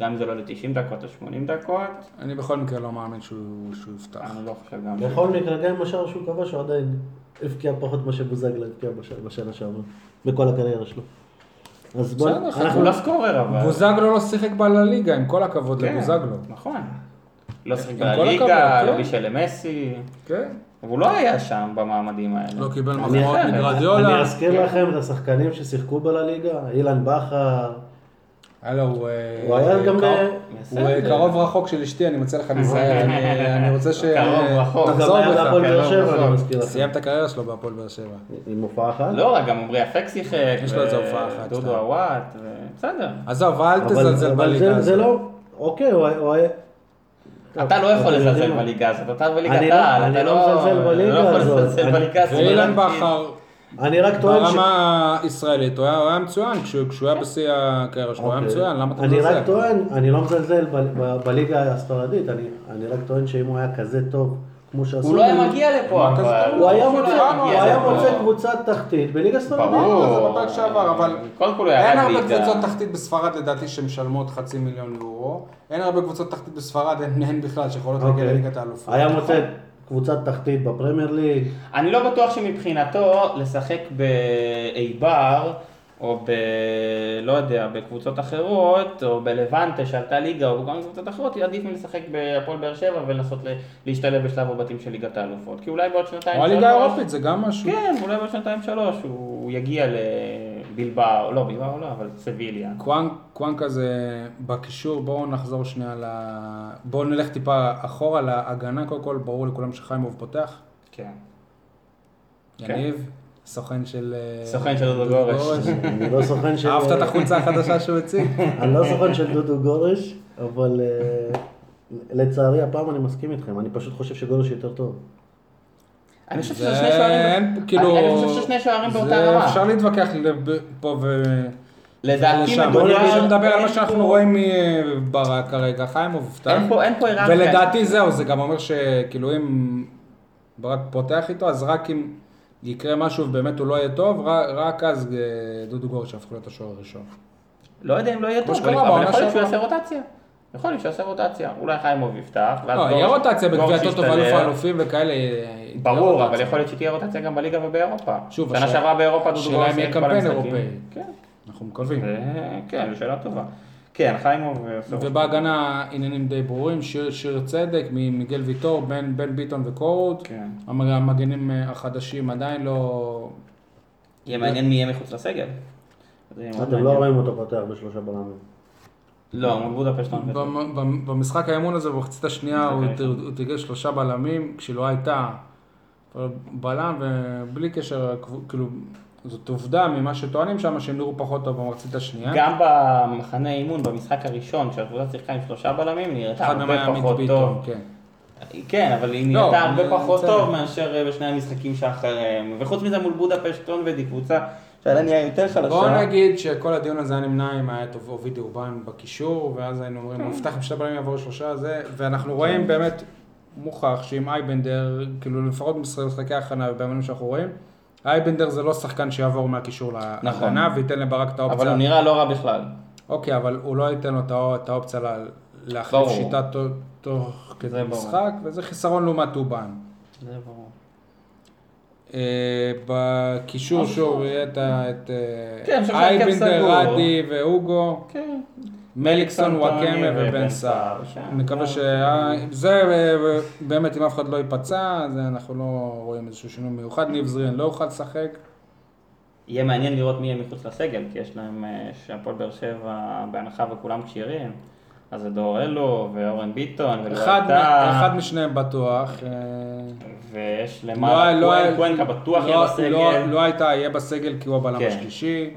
[SPEAKER 4] גם אם זה לא ל-90 דקות או 80 דקות,
[SPEAKER 2] אני בכל מקרה לא מאמין שהוא שהוא יפתח.
[SPEAKER 4] אני לא חושב גם...
[SPEAKER 3] בכל מקרה, גם עם השער שהוא כבש, הוא עדיין הבקיע פחות ממה שבוזגלו הבקיע בש- בשנה שעברה, בכל הקריירה שלו. אז בוא,
[SPEAKER 2] בסדר, חכו
[SPEAKER 3] אנחנו
[SPEAKER 4] הוא לא סקורר אבל.
[SPEAKER 2] בוזגלו לא שיחק בה לליגה, עם כל הכבוד
[SPEAKER 4] כן,
[SPEAKER 2] לבוזגלו.
[SPEAKER 4] נכון. לא שיחק
[SPEAKER 2] עם כל
[SPEAKER 4] בליגה,
[SPEAKER 2] הכבוד,
[SPEAKER 4] לא
[SPEAKER 2] כן.
[SPEAKER 4] בישל למסי.
[SPEAKER 2] כן.
[SPEAKER 4] והוא לא היה שם במעמדים האלה.
[SPEAKER 2] לא קיבל
[SPEAKER 4] אני
[SPEAKER 2] מחמאות
[SPEAKER 4] אחרת.
[SPEAKER 2] מגרדיולה.
[SPEAKER 3] אני אזכיר לכם את השחקנים ששיחקו בליגה, אילן בכר,
[SPEAKER 2] הלו, הוא... אה,
[SPEAKER 3] הוא היה גם ב...
[SPEAKER 2] קרוב-
[SPEAKER 4] בסדר.
[SPEAKER 2] הוא אה, קרוב רחוק של אשתי, אני מציע לך להיזהר, אני- אני רוצה ש...
[SPEAKER 4] קרוב רחוק.
[SPEAKER 3] הוא גם
[SPEAKER 2] תחזור
[SPEAKER 3] היה בהפועל
[SPEAKER 2] בך.
[SPEAKER 3] באר שבע,
[SPEAKER 4] נכון.
[SPEAKER 3] אני מזכיר לכם.
[SPEAKER 2] סיים את הקריירה שלו בהפועל באר שבע.
[SPEAKER 3] עם הופעה אחת?
[SPEAKER 4] לא, רק גם עמרי אפק שיחק.
[SPEAKER 2] יש לו איזה
[SPEAKER 4] ו-
[SPEAKER 2] הופעה אחת,
[SPEAKER 4] דודו
[SPEAKER 2] שתיים.
[SPEAKER 4] עוואט, ו- בסדר.
[SPEAKER 2] עזוב, אל
[SPEAKER 3] אבל-
[SPEAKER 2] תזלזל
[SPEAKER 3] אבל
[SPEAKER 2] בליגה
[SPEAKER 3] זה-
[SPEAKER 2] הזאת.
[SPEAKER 3] זה לא... אוקיי, הוא היה- הוא היה...
[SPEAKER 4] אתה לא יכול
[SPEAKER 3] אתם
[SPEAKER 4] לזלזל
[SPEAKER 3] יודעים מה?
[SPEAKER 4] בליגה הזאת, אתה
[SPEAKER 3] אני
[SPEAKER 4] בליגת
[SPEAKER 3] לא-
[SPEAKER 4] העל,
[SPEAKER 3] אני
[SPEAKER 4] אתה
[SPEAKER 3] לא מזלזל בליגה
[SPEAKER 4] לא יכול
[SPEAKER 3] הזאת.
[SPEAKER 4] לזלזל
[SPEAKER 3] אני-
[SPEAKER 4] בליגה הזאת.
[SPEAKER 2] ואילן
[SPEAKER 4] לדעתי.
[SPEAKER 2] בכר,
[SPEAKER 3] אני רק טוען ש...
[SPEAKER 2] ברמה הישראלית, הוא היה הוא היה מצוין, כשהוא כשהוא היה בשיא הקריירה שלו, הוא היה
[SPEAKER 3] אוקיי.
[SPEAKER 2] מצוין, למה אתה
[SPEAKER 3] אני
[SPEAKER 2] מזלזל?
[SPEAKER 3] רק טוען, אני לא מזלזל ב- ב- בליגה הספרדית, אני- אני רק טוען שאם הוא היה כזה טוב כמו שעשו...
[SPEAKER 4] הוא לא היה
[SPEAKER 3] בליגה-
[SPEAKER 4] מגיע לפה,
[SPEAKER 2] מה כזה
[SPEAKER 4] אבל-
[SPEAKER 2] דבר?
[SPEAKER 3] הוא היה
[SPEAKER 4] הוא לא
[SPEAKER 3] מוצא- הוא
[SPEAKER 4] מגיע
[SPEAKER 3] היה
[SPEAKER 4] לפה.
[SPEAKER 3] מוצא קבוצה תחתית בליגה ספרדית.
[SPEAKER 4] ברור.
[SPEAKER 2] זה בפרק שעבר, אבל
[SPEAKER 4] קודם כל הוא ירד
[SPEAKER 2] אין הרבה
[SPEAKER 4] ליגה.
[SPEAKER 2] קבוצות תחתית בספרד לדעתי שמשלמות חצי מיליון יורו, אין הרבה קבוצות תחתית בספרד, אין אין בכלל שיכולות להגיע
[SPEAKER 3] אוקיי.
[SPEAKER 2] לליגת האלופות.
[SPEAKER 3] היה מוצא קבוצת תחתית בפרמייר ליג.
[SPEAKER 4] אני לא בטוח שמבחינתו לשחק באיבר, או ב... לא יודע, בקבוצות אחרות, או בלבנטה שעלתה ליגה, או גם בקבוצות אחרות, היא עדיף מלשחק בהפועל באר שבע ולנסות ל- להשתלב בשלב הבתים של ליגת האלופות. כי אולי בעוד שנתיים...
[SPEAKER 2] או הליגה
[SPEAKER 4] שלוש-
[SPEAKER 2] האירופית זה גם משהו.
[SPEAKER 4] כן, אולי בעוד שנתיים שלוש הוא יגיע לבלבאו, לא בלבאו לא, אבל סביליה.
[SPEAKER 2] קוואנק- קוואנקה זה בקישור, בואו נחזור שנייה ל... בואו נלך טיפה אחורה להגנה, קודם כל ברור לכולם שחיימוב פותח,
[SPEAKER 4] כן. כן.
[SPEAKER 2] יניב, סוכן של... אה,
[SPEAKER 4] סוכן של דודו גורש.
[SPEAKER 3] אני לא סוכן של...
[SPEAKER 2] אהבת את החולצה החדשה שהוא הציג?
[SPEAKER 3] אני לא סוכן של דודו גורש, אבל אה, לצערי הפעם אני מסכים איתכם, אני פשוט חושב שגורש יותר טוב.
[SPEAKER 4] אני חושב שזה
[SPEAKER 2] זה
[SPEAKER 4] שני שוערים...
[SPEAKER 2] אין, כאילו...
[SPEAKER 4] אני- אני חושב ששני שוערים באותה
[SPEAKER 2] זה
[SPEAKER 4] רמה.
[SPEAKER 2] אפשר להתווכח לב- פה ו...
[SPEAKER 4] לדעתי
[SPEAKER 2] לשם.
[SPEAKER 4] מדובר-
[SPEAKER 2] אני חושב שמדבר על
[SPEAKER 4] אין
[SPEAKER 2] מה שאנחנו
[SPEAKER 4] פה-
[SPEAKER 2] רואים מברק כרגע, חיים מובטח.
[SPEAKER 4] אין פה- אין פה כן. היררכיה.
[SPEAKER 2] ולדעתי זהו, זה גם אומר שכאילו אם ברק פותח איתו, אז רק אם יקרה משהו ובאמת הוא לא יהיה טוב, ר- רק אז אה, דודו גורש יהפכו להיות השוער הראשון.
[SPEAKER 4] לא יודע אם לא יהיה
[SPEAKER 2] כמו
[SPEAKER 4] טוב, אבל
[SPEAKER 2] שקרה
[SPEAKER 4] אבל
[SPEAKER 2] בעונה
[SPEAKER 4] יכול להיות שהוא
[SPEAKER 2] שעברה.
[SPEAKER 4] יעשה רוטציה. יכול להיות שיעשה רוטציה, אולי חיימוב יפתח, ואז
[SPEAKER 2] לא,
[SPEAKER 4] גורש-
[SPEAKER 2] יהיה רוטציה
[SPEAKER 4] גורש
[SPEAKER 2] בגביע הטוטו
[SPEAKER 4] ישתלב.
[SPEAKER 2] ואלוף האלופים וכאלה.
[SPEAKER 4] ברור,
[SPEAKER 2] יהיה
[SPEAKER 4] אבל
[SPEAKER 2] רוטציה.
[SPEAKER 4] יכול להיות שתהיה רוטציה גם בליגה ובאירופה.
[SPEAKER 2] שוב,
[SPEAKER 4] שנה
[SPEAKER 2] השאלה-
[SPEAKER 4] שעברה באירופה דודו
[SPEAKER 2] השאלה
[SPEAKER 4] גורש
[SPEAKER 2] אם יהיה
[SPEAKER 4] שיחק כל
[SPEAKER 2] קמפיין
[SPEAKER 4] המשחקים.
[SPEAKER 2] אירופאי.
[SPEAKER 4] כן,
[SPEAKER 2] אנחנו מקווים.
[SPEAKER 4] זה- כן, זו שאלה טובה. כן, חיימוב עושה
[SPEAKER 2] ובהגנה עניינים די ברורים, שיר, שיר צדק ממיגל ויטור, בן, בן ביטון וקורות.
[SPEAKER 4] כן.
[SPEAKER 2] המג- המגנים אה, החדשים עדיין לא...
[SPEAKER 4] יהיה מעניין מי יהיה מחוץ לסגל. זה יהיה מאוד
[SPEAKER 3] אתם לא
[SPEAKER 4] מעניין.
[SPEAKER 3] רואים אותו פותח בשלושה בלמים.
[SPEAKER 4] לא, מול בודפשט לא נפתח.
[SPEAKER 2] במ- במ- במשחק האמון הזה במחצית השנייה הוא
[SPEAKER 4] משחק האמון.
[SPEAKER 2] תיר- הוא תרגל שלושה בלמים, כשלא הייתה בלם, ובלי קשר, כאילו, זאת עובדה ממה שטוענים שם, שהם נראו פחות טוב במחצית השנייה.
[SPEAKER 4] גם במחנה אימון, במשחק הראשון, שהקבוצה שיחקה עם שלושה בלמים, היא נראתה
[SPEAKER 2] אחד מהם היה
[SPEAKER 4] הרבה
[SPEAKER 2] עמית
[SPEAKER 4] פחות
[SPEAKER 2] ביטון,
[SPEAKER 4] טוב.
[SPEAKER 2] כן.
[SPEAKER 4] כן, אבל היא
[SPEAKER 2] לא,
[SPEAKER 4] נראתה הרבה
[SPEAKER 2] אני-
[SPEAKER 4] פחות
[SPEAKER 2] בסדר.
[SPEAKER 4] טוב מאשר אה, בשני המשחקים שאחריהם. וחוץ מזה מול בודפשט טונבד היא קבוצה שעדיין נהיה יותר חלשה.
[SPEAKER 2] בואו נגיד שכל הדיון הזה היה נמנע אם היה את אוביד אורבן בקישור, ואז היינו אומרים, הוא יפתח עם שתי בלמים יעבור שלושה, זה, ואנחנו
[SPEAKER 4] כן.
[SPEAKER 2] רואים באמת מוכח שעם אייבנדר, כאילו לפחות במשחקי ההכנה ובימים שאנחנו רואים, אייבנדר זה לא שחקן שיעבור מהקישור להגנה
[SPEAKER 4] נכון.
[SPEAKER 2] וייתן לברק את
[SPEAKER 4] אבל הוא
[SPEAKER 2] האופציה.
[SPEAKER 4] נראה לא רע בכלל.
[SPEAKER 2] אוקיי, אבל הוא לא ייתן לו את האו- את האופציה לה- להחליף
[SPEAKER 4] ברור.
[SPEAKER 2] שיטה תו- תוך כדי
[SPEAKER 4] זה ברור.
[SPEAKER 2] משחק, וזה חיסרון לעומת אובן.
[SPEAKER 4] זה ברור.
[SPEAKER 2] אה, בקישור שוב יהיה את ה- את אה,
[SPEAKER 4] כן, אני חושב שההרכב
[SPEAKER 2] אייבנדר,
[SPEAKER 4] סגור.
[SPEAKER 2] רדי והוגו.
[SPEAKER 4] כן.
[SPEAKER 2] מליקסון, וואקמה
[SPEAKER 4] טוני
[SPEAKER 2] ובן
[SPEAKER 4] ובן
[SPEAKER 2] סער.
[SPEAKER 4] סער.
[SPEAKER 2] נקווה ש... זה אה, באמת, אם אף אחד לא ייפצע, אז אנחנו לא רואים איזשהו שינוי מיוחד. ניב זרין לא יוכל לשחק.
[SPEAKER 4] יהיה מעניין לראות מי יהיה מחוץ לסגל, כי יש להם, אה, שהפועל באר שבע, בהנחה וכולם כשירים, אז זה דור אלו, ואורן ביטון, ולא
[SPEAKER 2] אחד מ-
[SPEAKER 4] הייתה,
[SPEAKER 2] אחד משניהם בטוח.
[SPEAKER 4] כן.
[SPEAKER 2] אה,
[SPEAKER 4] ויש
[SPEAKER 2] לא-
[SPEAKER 4] למעלה,
[SPEAKER 2] לא-
[SPEAKER 4] קוונ- קוונקה בטוח
[SPEAKER 2] לא-
[SPEAKER 4] יהיה
[SPEAKER 2] לא-
[SPEAKER 4] בסגל,
[SPEAKER 2] לא הייתה, יהיה בסגל כי הוא הבלם
[SPEAKER 4] כן.
[SPEAKER 2] השלישי.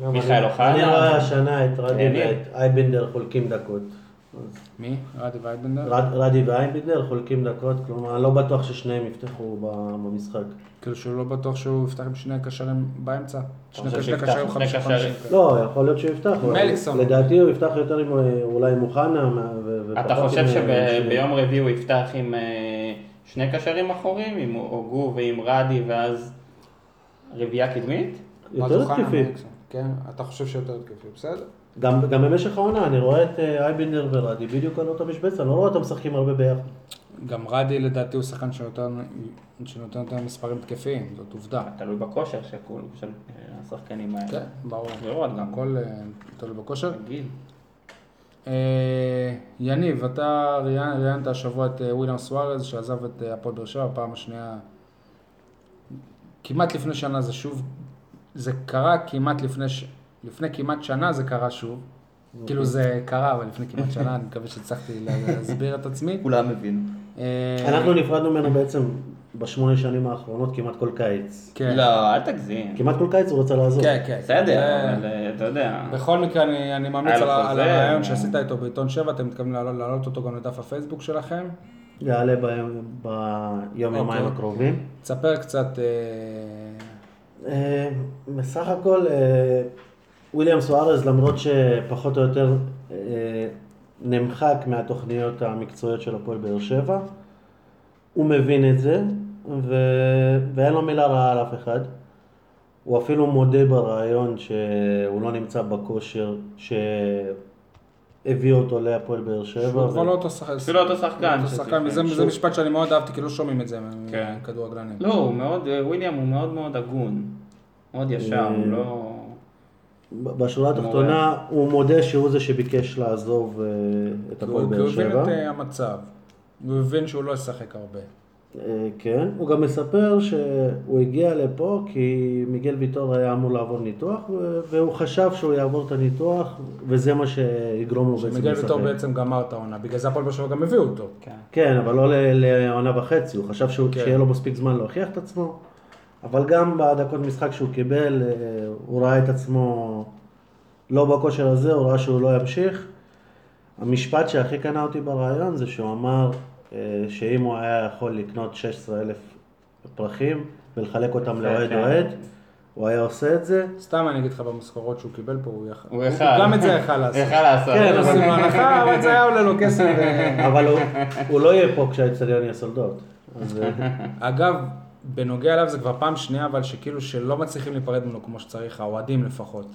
[SPEAKER 4] מיכאל אוחנה.
[SPEAKER 3] אני רואה השנה את רדי
[SPEAKER 4] יניב.
[SPEAKER 3] ואת אייבנדר חולקים דקות. אז
[SPEAKER 2] מי? רדי ויידנדר?
[SPEAKER 3] רד- רדי ואייבנדר חולקים דקות, כלומר, אני לא בטוח ששניהם יפתחו ב- במשחק.
[SPEAKER 2] כאילו שהוא לא בטוח שהוא יפתח עם שני קשרים באמצע. שני
[SPEAKER 4] חושב
[SPEAKER 2] קשרי
[SPEAKER 4] שיפתח,
[SPEAKER 2] קשרים
[SPEAKER 4] שני
[SPEAKER 2] חמישה
[SPEAKER 4] קשרים.
[SPEAKER 2] חמישים.
[SPEAKER 3] לא, יכול להיות שהוא יפתח. אבל
[SPEAKER 2] מליקסון.
[SPEAKER 3] לדעתי הוא יפתח יותר עם אה, אולי עם אוחנה. מה- ו-
[SPEAKER 4] אתה
[SPEAKER 3] ופחות
[SPEAKER 4] חושב
[SPEAKER 3] עם, אה, שני.
[SPEAKER 4] שביום רביעי הוא יפתח עם אה, שני קשרים אחורים, עם הוגו ועם רדי, ואז רביעייה קדמית?
[SPEAKER 2] אז
[SPEAKER 3] יותר
[SPEAKER 2] אוחנה,
[SPEAKER 3] התקפי.
[SPEAKER 2] מליקסון. כן, אתה חושב שיותר התקפי, בסדר.
[SPEAKER 3] גם גם במשך העונה, אני רואה את אה, אייבנדר ורדי בדיוק על אותה משבצה, לא רואה אותם משחקים הרבה ביחד.
[SPEAKER 2] גם רדי לדעתי הוא שחקן שנותן, שנותן יותר מספרים תקפיים, זאת עובדה.
[SPEAKER 4] תלוי בכושר של כול- של אה, השחקנים האלה.
[SPEAKER 2] כן, ברור.
[SPEAKER 4] לראות גם.
[SPEAKER 2] הכל אה, תלוי בכושר.
[SPEAKER 4] גיל.
[SPEAKER 2] אה, יניב, אתה ראיין- ראיינת השבוע את אה, וויליאם סוארז שעזב את אה, הפועל באר שבע, הפעם השנייה, כמעט לפני שנה זה שוב, זה קרה כמעט לפני, ש- לפני כמעט שנה זה קרה שוב. כאילו זה קרה, אבל לפני כמעט שנה, אני מקווה שהצלחתי לה- להסביר את עצמי.
[SPEAKER 4] כולם הבינו.
[SPEAKER 2] אה,
[SPEAKER 3] אנחנו נפרדנו ממנו בעצם בשמונה שנים האחרונות כמעט כל קיץ.
[SPEAKER 2] כן.
[SPEAKER 4] לא, אל תגזים.
[SPEAKER 3] כמעט כל קיץ הוא רצה לעזוב.
[SPEAKER 2] כן, כן.
[SPEAKER 4] בסדר,
[SPEAKER 2] זה-
[SPEAKER 4] אבל אה, אתה יודע.
[SPEAKER 2] בכל מקרה, אני, אני ממליץ
[SPEAKER 4] היה
[SPEAKER 2] על,
[SPEAKER 4] לו
[SPEAKER 2] ה- על
[SPEAKER 4] חוזה,
[SPEAKER 2] הרעיון
[SPEAKER 4] אה.
[SPEAKER 2] שעשית איתו בעיתון 7, אתם מתכוונים להעלות, להעלות אותו גם לדף הפייסבוק שלכם.
[SPEAKER 3] יעלה ביום- ביום יומיים
[SPEAKER 2] אוקיי.
[SPEAKER 3] הקרובים.
[SPEAKER 2] תספר קצת... אה,
[SPEAKER 3] אה, בסך הכל, אה, וויליאם סוארז, למרות שפחות או יותר אה, נמחק מהתוכניות המקצועיות של הפועל באר שבע, הוא מבין את זה, ו... ואין לו מילה רעה על אף אחד. הוא אפילו מודה ברעיון שהוא לא נמצא בכושר שהביא אותו להפועל באר שבע.
[SPEAKER 2] הוא כבר לא אותו שחקן.
[SPEAKER 4] אפילו אותו שחקן.
[SPEAKER 2] אותו שחקן, כן. וזה
[SPEAKER 4] שוב.
[SPEAKER 2] זה משפט שאני מאוד אהבתי, כי לא שומעים את זה
[SPEAKER 4] כן.
[SPEAKER 2] מכדורגלנים.
[SPEAKER 4] לא, הוא מאוד, אה, וויליאם הוא מאוד מאוד הגון. מאוד ישר, הוא לא...
[SPEAKER 3] בשורה התחתונה, הוא מודה שהוא זה שביקש לעזוב אה, את
[SPEAKER 2] הוא
[SPEAKER 3] הפועל
[SPEAKER 2] הוא
[SPEAKER 3] באר
[SPEAKER 2] הבין
[SPEAKER 3] שבע.
[SPEAKER 2] את אה, המצב. הוא הבין שהוא לא ישחק הרבה.
[SPEAKER 3] אה, כן, הוא גם מספר שהוא הגיע לפה כי מיגל ויטור היה אמור לעבור ניתוח ו- והוא חשב שהוא יעבור את הניתוח וזה מה שיגרום לו בעצם
[SPEAKER 2] מיגל ויטור
[SPEAKER 3] לשחק.
[SPEAKER 2] בעצם גמר את העונה, בגלל זה הפועל באר שבע גם הביאו אותו.
[SPEAKER 4] כן.
[SPEAKER 3] כן, אבל לא ל- לעונה וחצי, הוא חשב שהוא-
[SPEAKER 2] כן.
[SPEAKER 3] שיהיה לו מספיק זמן להוכיח את עצמו, אבל גם בדקות משחק שהוא קיבל, אה, הוא ראה את עצמו לא בכושר הזה, הוא ראה שהוא לא ימשיך. המשפט שהכי קנה אותי ברעיון זה שהוא אמר אה, שאם הוא היה יכול לקנות 16 אלף פרחים ולחלק אותם לאוהד אוהד, הוא היה עושה את זה.
[SPEAKER 2] סתם אני אגיד לך במשכורות שהוא קיבל פה, הוא יכל.
[SPEAKER 4] הוא יכל.
[SPEAKER 2] גם את זה יכל לעשות.
[SPEAKER 4] יכל לעשות.
[SPEAKER 3] כן,
[SPEAKER 2] לא
[SPEAKER 3] אבל-
[SPEAKER 2] עושים לו הנחה, אבל זה היה עולה לו כסף. אה,
[SPEAKER 3] אבל הוא, הוא לא יהיה פה כשהאצטדיון יהיה סולדות. אז אה,
[SPEAKER 2] אגב, בנוגע אליו זה כבר פעם שנייה, אבל שכאילו שלא מצליחים להיפרד ממנו כמו שצריך, האוהדים לפחות.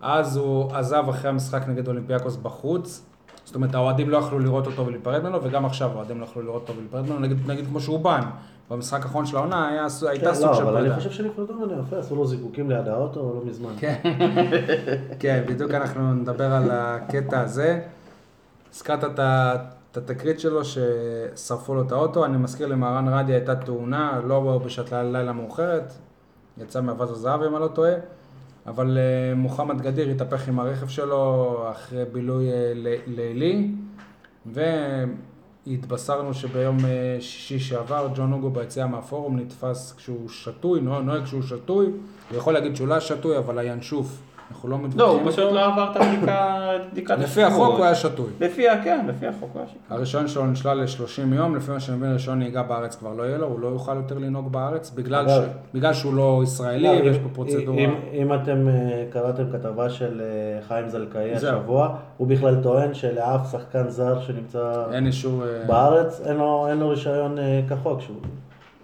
[SPEAKER 2] אז הוא עזב אחרי המשחק נגד אולימפיאקוס בחוץ. זאת אומרת, האוהדים לא יכלו לראות אותו ולהיפרד ממנו, וגם עכשיו האוהדים לא יכלו לראות אותו ולהיפרד ממנו, נגיד, נגיד כמו שאובן. במשחק האחרון של העונה היה, הייתה
[SPEAKER 3] כן,
[SPEAKER 2] סוג
[SPEAKER 3] לא,
[SPEAKER 2] של
[SPEAKER 3] אבל
[SPEAKER 2] פרידה.
[SPEAKER 3] אני חושב שנפרדו ממנו יפה, עשו לו זיקוקים ליד האוטו לא מזמן.
[SPEAKER 2] כן, כן, בדיוק אנחנו נדבר על הקטע הזה. הזכרת את ה- את התקרית שלו ששרפו לו את האוטו, אני מזכיר למהרן רדי הייתה תאונה, לא בשעת לילה מאוחרת, יצא מאבז הזהב אם אני לא טועה, אבל אה, מוחמד גדיר התהפך עם הרכב שלו אחרי בילוי אה, ל- לילי, והתבשרנו שביום אה, שישי שעבר ג'ון הוגו ביציאה מהפורום נתפס כשהוא שתוי, נוהג נוהג כשהוא שתוי, הוא יכול להגיד שהוא לא היה שתוי, אבל היה ינשוף, אנחנו לא מתווכחים.
[SPEAKER 4] לא, הוא
[SPEAKER 2] איתו.
[SPEAKER 4] פשוט לא עבר את הבדיקה, את בדיקת
[SPEAKER 2] לפי החוק הוא היה
[SPEAKER 4] השיכרות.
[SPEAKER 2] שתוי.
[SPEAKER 4] לפי, ה- כן, לפי החוק הוא היה שיכור.
[SPEAKER 2] הרישיון שלו נשלל ל-30 יום, לפי מה שאני מבין, רישיון נהיגה בארץ כבר לא יהיה לו, הוא לא יוכל יותר לנהוג בארץ, בגלל, ש...
[SPEAKER 3] אבל-
[SPEAKER 2] בגלל שהוא לא ישראלי
[SPEAKER 3] לא,
[SPEAKER 2] ויש
[SPEAKER 3] אם-
[SPEAKER 2] פה פרוצדורה.
[SPEAKER 3] אם- אם אתם אה, קראתם כתבה של אה, חיים זלקאי
[SPEAKER 2] זהו.
[SPEAKER 3] השבוע, הוא בכלל טוען שלאף שחקן זר שנמצא
[SPEAKER 2] אין אישור... אה,
[SPEAKER 3] בארץ אין לו- אין לו רישיון אה, כחוק. שהוא-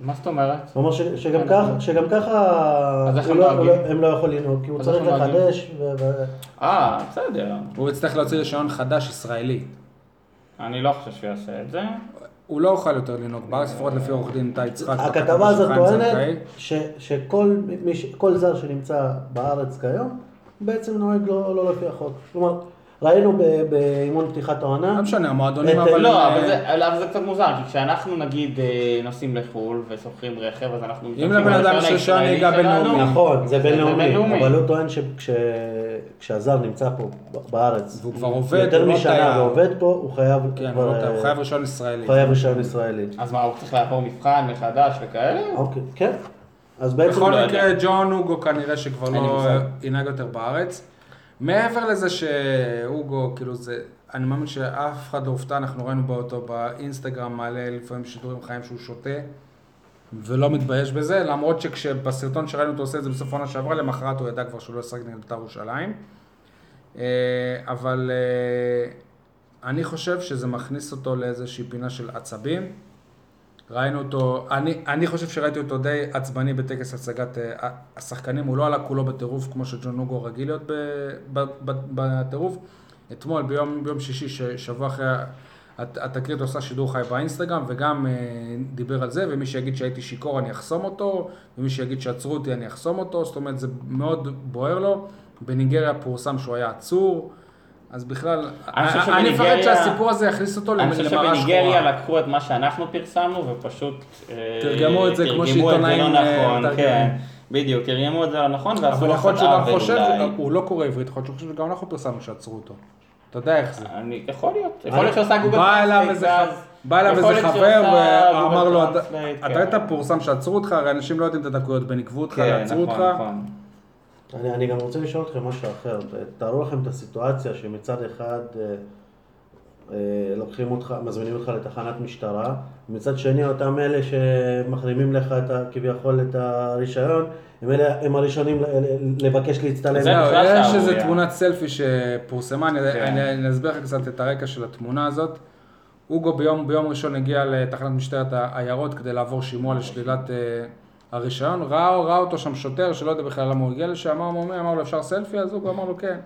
[SPEAKER 5] מה זאת אומרת?
[SPEAKER 3] הוא אומר ש- שגם כך- שגם ככה
[SPEAKER 5] אה, אז איך
[SPEAKER 3] הוא
[SPEAKER 5] הם
[SPEAKER 3] לא- הוא לא-
[SPEAKER 5] נוהגים?
[SPEAKER 3] הם לא יכולים לנהוג, כי הוא
[SPEAKER 5] אז
[SPEAKER 3] צריך
[SPEAKER 5] איך הם נוהגים?
[SPEAKER 3] לחדש. ו- ו-
[SPEAKER 4] אה, בסדר.
[SPEAKER 2] הוא יצטרך להוציא רישיון חדש ישראלי.
[SPEAKER 4] אני לא חושב שהוא יעשה את זה.
[SPEAKER 2] הוא לא יוכל יותר לנהוג בארץ, לפחות לפי עורך דין טל יצחק.
[SPEAKER 3] הכתבה הזאת
[SPEAKER 2] של חיים זכאי.
[SPEAKER 3] טוענת ש- שכל מי ש- כל זר שנמצא בארץ כיום בעצם נוהג לא לא לפי החוק. כלומר, ראינו ב- באימון פתיחת העונה,
[SPEAKER 2] לא משנה, המועדונים
[SPEAKER 3] את-
[SPEAKER 2] אבל...
[SPEAKER 4] לא,
[SPEAKER 2] אה,
[SPEAKER 4] אבל זה- אבל זה קצת מוזר, כי כשאנחנו נגיד אה, נוסעים לחו"ל ושוכרים רכב, אז אנחנו... משתמשים
[SPEAKER 2] לבן אדם
[SPEAKER 4] ברישיון
[SPEAKER 2] יש רישיון
[SPEAKER 4] הישראלי
[SPEAKER 2] נהיגה
[SPEAKER 4] שלנו.
[SPEAKER 2] בינלאומי.
[SPEAKER 3] נכון, זה בינלאומי,
[SPEAKER 4] בינלאומי.
[SPEAKER 3] אבל לא- הוא טוען שכשהזר נמצא פה ב- בארץ,
[SPEAKER 2] והוא כבר עובד,
[SPEAKER 3] יותר
[SPEAKER 2] הוא לא תייר.
[SPEAKER 3] משנה ועובד פה, הוא חייב
[SPEAKER 2] כן,
[SPEAKER 3] כבר,
[SPEAKER 2] אבל אתה- הוא
[SPEAKER 3] אה,
[SPEAKER 2] חייב רישיון ישראלי.
[SPEAKER 3] חייב רישיון ישראלי.
[SPEAKER 4] אז מה, הוא צריך לעבור מבחן מחדש וכאלה?
[SPEAKER 3] אוקיי, כן. אז בעצם,
[SPEAKER 2] בכל
[SPEAKER 4] לא
[SPEAKER 2] מקרה,
[SPEAKER 4] יודע.
[SPEAKER 2] ג'ון הוגו כנראה שכבר
[SPEAKER 4] לי
[SPEAKER 2] לא
[SPEAKER 4] מושג.
[SPEAKER 2] ינהג יותר בארץ. מעבר לזה שהוגו, כאילו זה, אני מאמין שאף אחד לא הופתע, אנחנו ראינו באותו באינסטגרם, מעלה לפעמים שידורים חיים שהוא שותה, ולא מתבייש בזה, למרות שכשבסרטון שראינו אותו עושה את זה בסוף העונה שעברה, למחרת הוא ידע כבר שהוא לא ישחק נגד בית"ר ירושלים. אה, אבל אה, אני חושב שזה מכניס אותו לאיזושהי פינה של עצבים. ראינו אותו, אני, אני חושב שראיתי אותו די עצבני בטקס הצגת אה, השחקנים, הוא לא עלה כולו בטירוף כמו שג'ון נוגו רגיל להיות ב- ב- ב- בטירוף. אתמול, ביום, ביום שישי, ש- שבוע אחרי הת- התקרית, עושה שידור חי באינסטגרם, וגם אה, דיבר על זה, ומי שיגיד שהייתי שיכור אני אחסום אותו, ומי שיגיד שעצרו אותי אני אחסום אותו, זאת אומרת זה מאוד בוער לו. בניגריה פורסם שהוא היה עצור, אז בכלל,
[SPEAKER 4] אני חושב
[SPEAKER 2] אני אני מפחד
[SPEAKER 4] שבניגריה-
[SPEAKER 2] שהסיפור הזה יכניס אותו
[SPEAKER 4] אני
[SPEAKER 2] למ-
[SPEAKER 4] חושב
[SPEAKER 2] למראה שחורה.
[SPEAKER 4] שבניגריה לקחו את מה שאנחנו פרסמנו ופשוט... אה,
[SPEAKER 2] תרגמו את זה כמו
[SPEAKER 4] תרגמו את זה
[SPEAKER 2] שעיתונאים,
[SPEAKER 4] לא
[SPEAKER 2] אה,
[SPEAKER 4] נכון,
[SPEAKER 2] תרגמו.
[SPEAKER 4] כן. בדיוק, תרגמו את זה לא נכון, ועשו
[SPEAKER 2] אבל
[SPEAKER 4] לו
[SPEAKER 2] יכול להיות
[SPEAKER 4] קצת
[SPEAKER 2] שהוא גם
[SPEAKER 4] עוול
[SPEAKER 2] חושב,
[SPEAKER 4] אולי.
[SPEAKER 2] הוא לא קורא עברית, יכול להיות שהוא חושב שגם אנחנו פרסמנו שעצרו אותו. אתה יודע איך זה.
[SPEAKER 4] אני, יכול להיות, יכול להיות שהוא עשה גוגל
[SPEAKER 2] בא אליו
[SPEAKER 4] טרנסלייט,
[SPEAKER 2] איזה
[SPEAKER 4] ואז-
[SPEAKER 2] ח- בא אליו
[SPEAKER 4] יכול
[SPEAKER 2] איזה
[SPEAKER 4] להיות שהוא
[SPEAKER 2] חבר
[SPEAKER 4] עשה
[SPEAKER 2] ואמר
[SPEAKER 4] גוגל
[SPEAKER 2] לו, "אתה-
[SPEAKER 4] טרנסלייט",
[SPEAKER 2] אתה
[SPEAKER 4] כן.
[SPEAKER 2] היית פורסם שעצרו אותך, הרי אנשים לא יודעים את הדקויות בין עיכבו אותך,
[SPEAKER 4] כן,
[SPEAKER 2] עצרו אותך.
[SPEAKER 4] נכון, נכון.
[SPEAKER 3] אני אני גם רוצה לשאול אתכם משהו אחר. תארו לכם את הסיטואציה שמצד אחד אה, אה, לוקחים אותך, מזמינים אותך לתחנת משטרה, מצד שני אותם אלה שמחרימים לך את ה- כביכול את הרישיון, הם אלה- הם הראשונים ל- ל- לבקש להצטלם.
[SPEAKER 4] זה
[SPEAKER 2] זהו,
[SPEAKER 4] בכלל
[SPEAKER 2] יש
[SPEAKER 4] שערורייה.
[SPEAKER 2] איזה תמונת סלפי שפורסמה, אני-
[SPEAKER 4] כן.
[SPEAKER 2] אני אני אסביר לך קצת את הרקע של התמונה הזאת. אוגו ביום, ביום ראשון הגיע לתחנת משטרת העיירות כדי לעבור שימוע לשלילת אה, הרישיון. ראה, ראה אותו שם שוטר שלא יודע בכלל למה הוא הגיע לשם, אמר, אמר, אמר לו אפשר סלפי? אז אוגו אמר לו כן.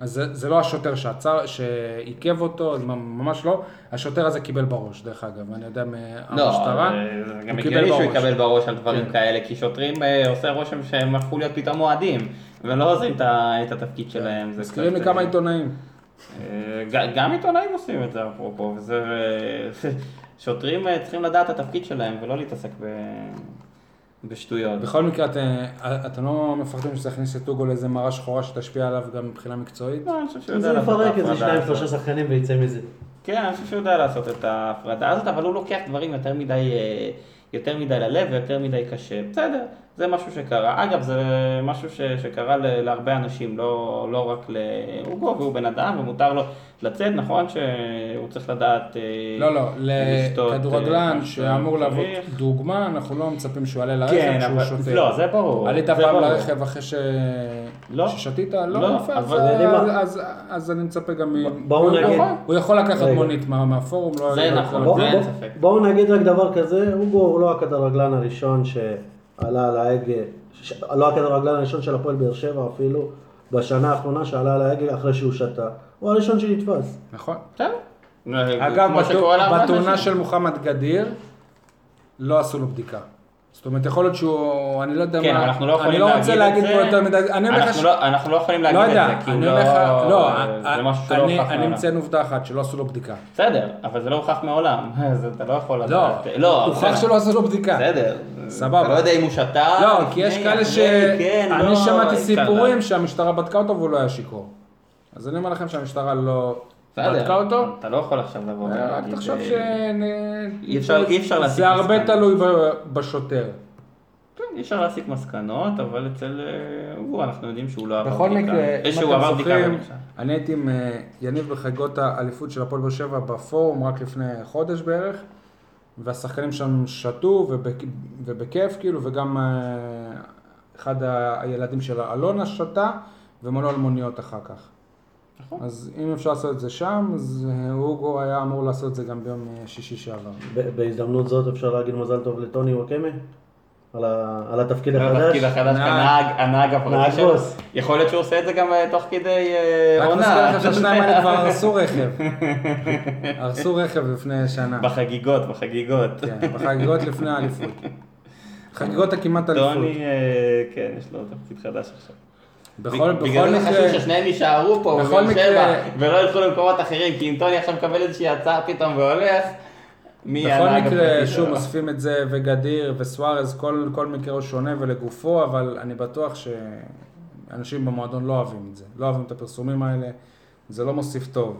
[SPEAKER 2] אז זה, זה לא השוטר שעצר, שעיכב אותו, זה ממש לא. השוטר הזה קיבל בראש, דרך אגב, אני יודע מהמשטרה.
[SPEAKER 4] לא, אה, זה גם
[SPEAKER 2] הוא
[SPEAKER 4] הגיוני
[SPEAKER 2] קיבל
[SPEAKER 4] שהוא
[SPEAKER 2] בראש.
[SPEAKER 4] יקבל בראש על דברים
[SPEAKER 2] כן.
[SPEAKER 4] כאלה, כי שוטרים אה, עושה רושם שהם הפכו להיות פתאום אוהדים, ולא עושים את ה- את
[SPEAKER 2] כן.
[SPEAKER 4] התפקיד שלהם. זה
[SPEAKER 2] מזכירים לי
[SPEAKER 4] קצת,
[SPEAKER 2] כמה
[SPEAKER 4] אה,
[SPEAKER 2] עיתונאים.
[SPEAKER 4] אה, ג- גם עיתונאים עושים את זה אפרופו, וזה... אה, שוטרים אה, צריכים לדעת את התפקיד שלהם ולא להתעסק ב... בשטויות.
[SPEAKER 2] בכל מקרה, את- אתם לא מפחדים שזה יכניס את אוגו לאיזה מראה שחורה שתשפיע עליו גם מבחינה מקצועית?
[SPEAKER 4] לא, אני חושב שהוא
[SPEAKER 3] זה
[SPEAKER 4] יודע לעשות את
[SPEAKER 3] יפרק איזה
[SPEAKER 4] ההפרדה
[SPEAKER 3] שניים
[SPEAKER 4] הזאת.
[SPEAKER 3] שלושה שחקנים ויצא מזה.
[SPEAKER 4] כן, אני חושב שהוא יודע לעשות את ההפרדה הזאת, אבל הוא לוקח דברים יותר מדי, אה, יותר מדי ללב ויותר מדי קשה. בסדר, זה משהו שקרה. אגב, זה משהו ש, שקרה ל, להרבה אנשים, לא, לא רק להוגו, והוא בן אדם ומותר לו לצאת, נכון שהוא צריך לדעת... אה,
[SPEAKER 2] לא, לא,
[SPEAKER 4] לשתות, אה,
[SPEAKER 2] לכדורגלן
[SPEAKER 4] מה
[SPEAKER 2] שאמור להוות
[SPEAKER 4] שצריך.
[SPEAKER 2] דוגמה, אנחנו לא מצפים שהוא יעלה
[SPEAKER 4] כן,
[SPEAKER 2] לרכב כשהוא
[SPEAKER 4] אבל-
[SPEAKER 2] שותה.
[SPEAKER 4] לא, זה ברור.
[SPEAKER 2] עלית
[SPEAKER 4] זה
[SPEAKER 2] פעם
[SPEAKER 4] ברור.
[SPEAKER 2] לרכב אחרי ש...
[SPEAKER 4] לא.
[SPEAKER 2] ששתית? לא,
[SPEAKER 4] לא,
[SPEAKER 2] יפה,
[SPEAKER 4] אבל
[SPEAKER 2] אז-
[SPEAKER 4] אתה
[SPEAKER 3] יודע מה?
[SPEAKER 2] אז- אז אני מצפה גם... מ-
[SPEAKER 3] בואו
[SPEAKER 2] הוא
[SPEAKER 3] נגיד-
[SPEAKER 2] יכול- הוא יכול לקחת
[SPEAKER 3] רגע.
[SPEAKER 2] מונית מה- מהפורום, לא...
[SPEAKER 4] זה
[SPEAKER 2] לא-
[SPEAKER 4] נכון,
[SPEAKER 2] לא-
[SPEAKER 3] בואו-
[SPEAKER 4] זה אין
[SPEAKER 3] בואו-
[SPEAKER 4] ספק.
[SPEAKER 3] בואו נגיד רק דבר כזה, אוגו הוא לא הכדורגלן הראשון שעלה על ההגה, ש- לא הכדורגלן הראשון של הפועל באר שבע אפילו, בשנה האחרונה שעלה על ההגה אחרי שהוא שתה. הוא הראשון שנתפס.
[SPEAKER 2] נכון.
[SPEAKER 4] בסדר.
[SPEAKER 2] אגב,
[SPEAKER 4] כמו
[SPEAKER 2] בתאו-
[SPEAKER 4] שקורה להרבה
[SPEAKER 2] בתאונה
[SPEAKER 4] אנשים.
[SPEAKER 2] של מוחמד גדיר, לא עשו לו בדיקה. זאת אומרת, יכול להיות שהוא, אני לא יודע מה,
[SPEAKER 4] כן, אבל אנחנו לא יכולים
[SPEAKER 2] אני לא רוצה להגיד
[SPEAKER 4] להגיד את
[SPEAKER 2] פה
[SPEAKER 4] זה.
[SPEAKER 2] יותר מדי, אני אומר לך
[SPEAKER 4] אנחנו
[SPEAKER 2] ש-
[SPEAKER 4] לא- אנחנו לא יכולים
[SPEAKER 2] לא
[SPEAKER 4] להגיד את
[SPEAKER 2] יודע,
[SPEAKER 4] זה, כי הוא
[SPEAKER 2] אני
[SPEAKER 4] לא...
[SPEAKER 2] אומר לך, לא,
[SPEAKER 4] זה משהו שלא
[SPEAKER 2] אני-
[SPEAKER 4] הוכח
[SPEAKER 2] אני
[SPEAKER 4] מעולם.
[SPEAKER 2] מציין עובדה אחת, שלא עשו לו בדיקה.
[SPEAKER 4] בסדר, אבל זה לא הוכח מעולם, אז אתה לא יכול
[SPEAKER 2] לא,
[SPEAKER 4] לדעת. לא,
[SPEAKER 2] הוכח
[SPEAKER 4] בסדר.
[SPEAKER 2] שלא עשו לו בדיקה.
[SPEAKER 4] בסדר.
[SPEAKER 2] סבבה.
[SPEAKER 4] אתה לא יודע אם הוא שתה.
[SPEAKER 2] לא,
[SPEAKER 4] לפני,
[SPEAKER 2] כי יש כאלה
[SPEAKER 4] אחרי,
[SPEAKER 2] ש...
[SPEAKER 4] כן,
[SPEAKER 2] אני
[SPEAKER 4] לא,
[SPEAKER 2] שמעתי
[SPEAKER 4] אי אפשר
[SPEAKER 2] סיפורים
[SPEAKER 4] לדעת.
[SPEAKER 2] שהמשטרה בדקה אותו והוא לא היה שיכור. אז אני אומר לכם שהמשטרה לא
[SPEAKER 4] בסדר.
[SPEAKER 2] בדקה אותו.
[SPEAKER 4] אתה לא יכול עכשיו לבוא
[SPEAKER 2] רק
[SPEAKER 4] ולהגיד,
[SPEAKER 2] תחשוב
[SPEAKER 4] אה,
[SPEAKER 2] ש...
[SPEAKER 4] אי אפשר- אי אפשר להסיק
[SPEAKER 2] זה הרבה
[SPEAKER 4] מסקנות.
[SPEAKER 2] תלוי ב- בשוטר.
[SPEAKER 4] כן, אי אפשר להסיק מסקנות, אבל אצל אה, הוא, אנחנו יודעים שהוא לא עבר בדיקה.
[SPEAKER 2] בכל מקרה,
[SPEAKER 4] אה,
[SPEAKER 2] אם
[SPEAKER 4] שהוא
[SPEAKER 2] אתם
[SPEAKER 4] עבר בדיקה
[SPEAKER 2] זוכרים,
[SPEAKER 4] ונכשל.
[SPEAKER 2] אני הייתי עם אה, יניב בחגיגות האליפות של הפועל באר שבע בפורום רק לפני חודש בערך, והשחקנים שם שתו ובכ- ובכיף כאילו, וגם אה, אחד ה- הילדים של אלונה שתה, ומלאו על מוניות אחר כך.
[SPEAKER 4] נכון.
[SPEAKER 2] אז אם אפשר לעשות את זה שם, אז אה, אוגו היה אמור לעשות את זה גם ביום אה, שישי שעבר.
[SPEAKER 3] ב- בהזדמנות זאת אפשר להגיד מזל טוב לטוני וואקמה על ה- על התפקיד החדש.
[SPEAKER 4] בתפקיד
[SPEAKER 2] נהג.
[SPEAKER 4] החדש, כנהג, הנהג הפרטי
[SPEAKER 3] נהג
[SPEAKER 4] שלו.
[SPEAKER 3] בוס.
[SPEAKER 4] יכול להיות שהוא עושה את זה גם אה, תוך כדי אה,
[SPEAKER 2] רק
[SPEAKER 4] עונה.
[SPEAKER 2] נזכיר לכם שהשניים האלה כבר הרסו רכב. הרסו רכב לפני שנה.
[SPEAKER 4] בחגיגות, בחגיגות.
[SPEAKER 2] כן, בחגיגות לפני האליפות. חגיגות הכמעט אליפות.
[SPEAKER 4] טוני, אה, כן, יש לו תפקיד חדש עכשיו.
[SPEAKER 2] בכל
[SPEAKER 4] בג-
[SPEAKER 2] בכל
[SPEAKER 4] בגלל זה חשוב
[SPEAKER 2] מקרה,
[SPEAKER 4] ששניהם יישארו פה,
[SPEAKER 2] בכל
[SPEAKER 4] בבאר שבע,
[SPEAKER 2] מקרה-
[SPEAKER 4] ולא ילכו למקומות אחרים, כי אם טוני עכשיו מקבל איזושהי הצעה פתאום והולך, מי
[SPEAKER 2] בכל
[SPEAKER 4] הנהג
[SPEAKER 2] מקרה,
[SPEAKER 4] הפרטי
[SPEAKER 2] שוב,
[SPEAKER 4] שלו?
[SPEAKER 2] אוספים את זה, וגדיר וסוארז, כל כל מקרה הוא שונה ולגופו, אבל אני בטוח שאנשים במועדון לא אוהבים את זה. לא אוהבים את הפרסומים האלה, זה לא מוסיף טוב.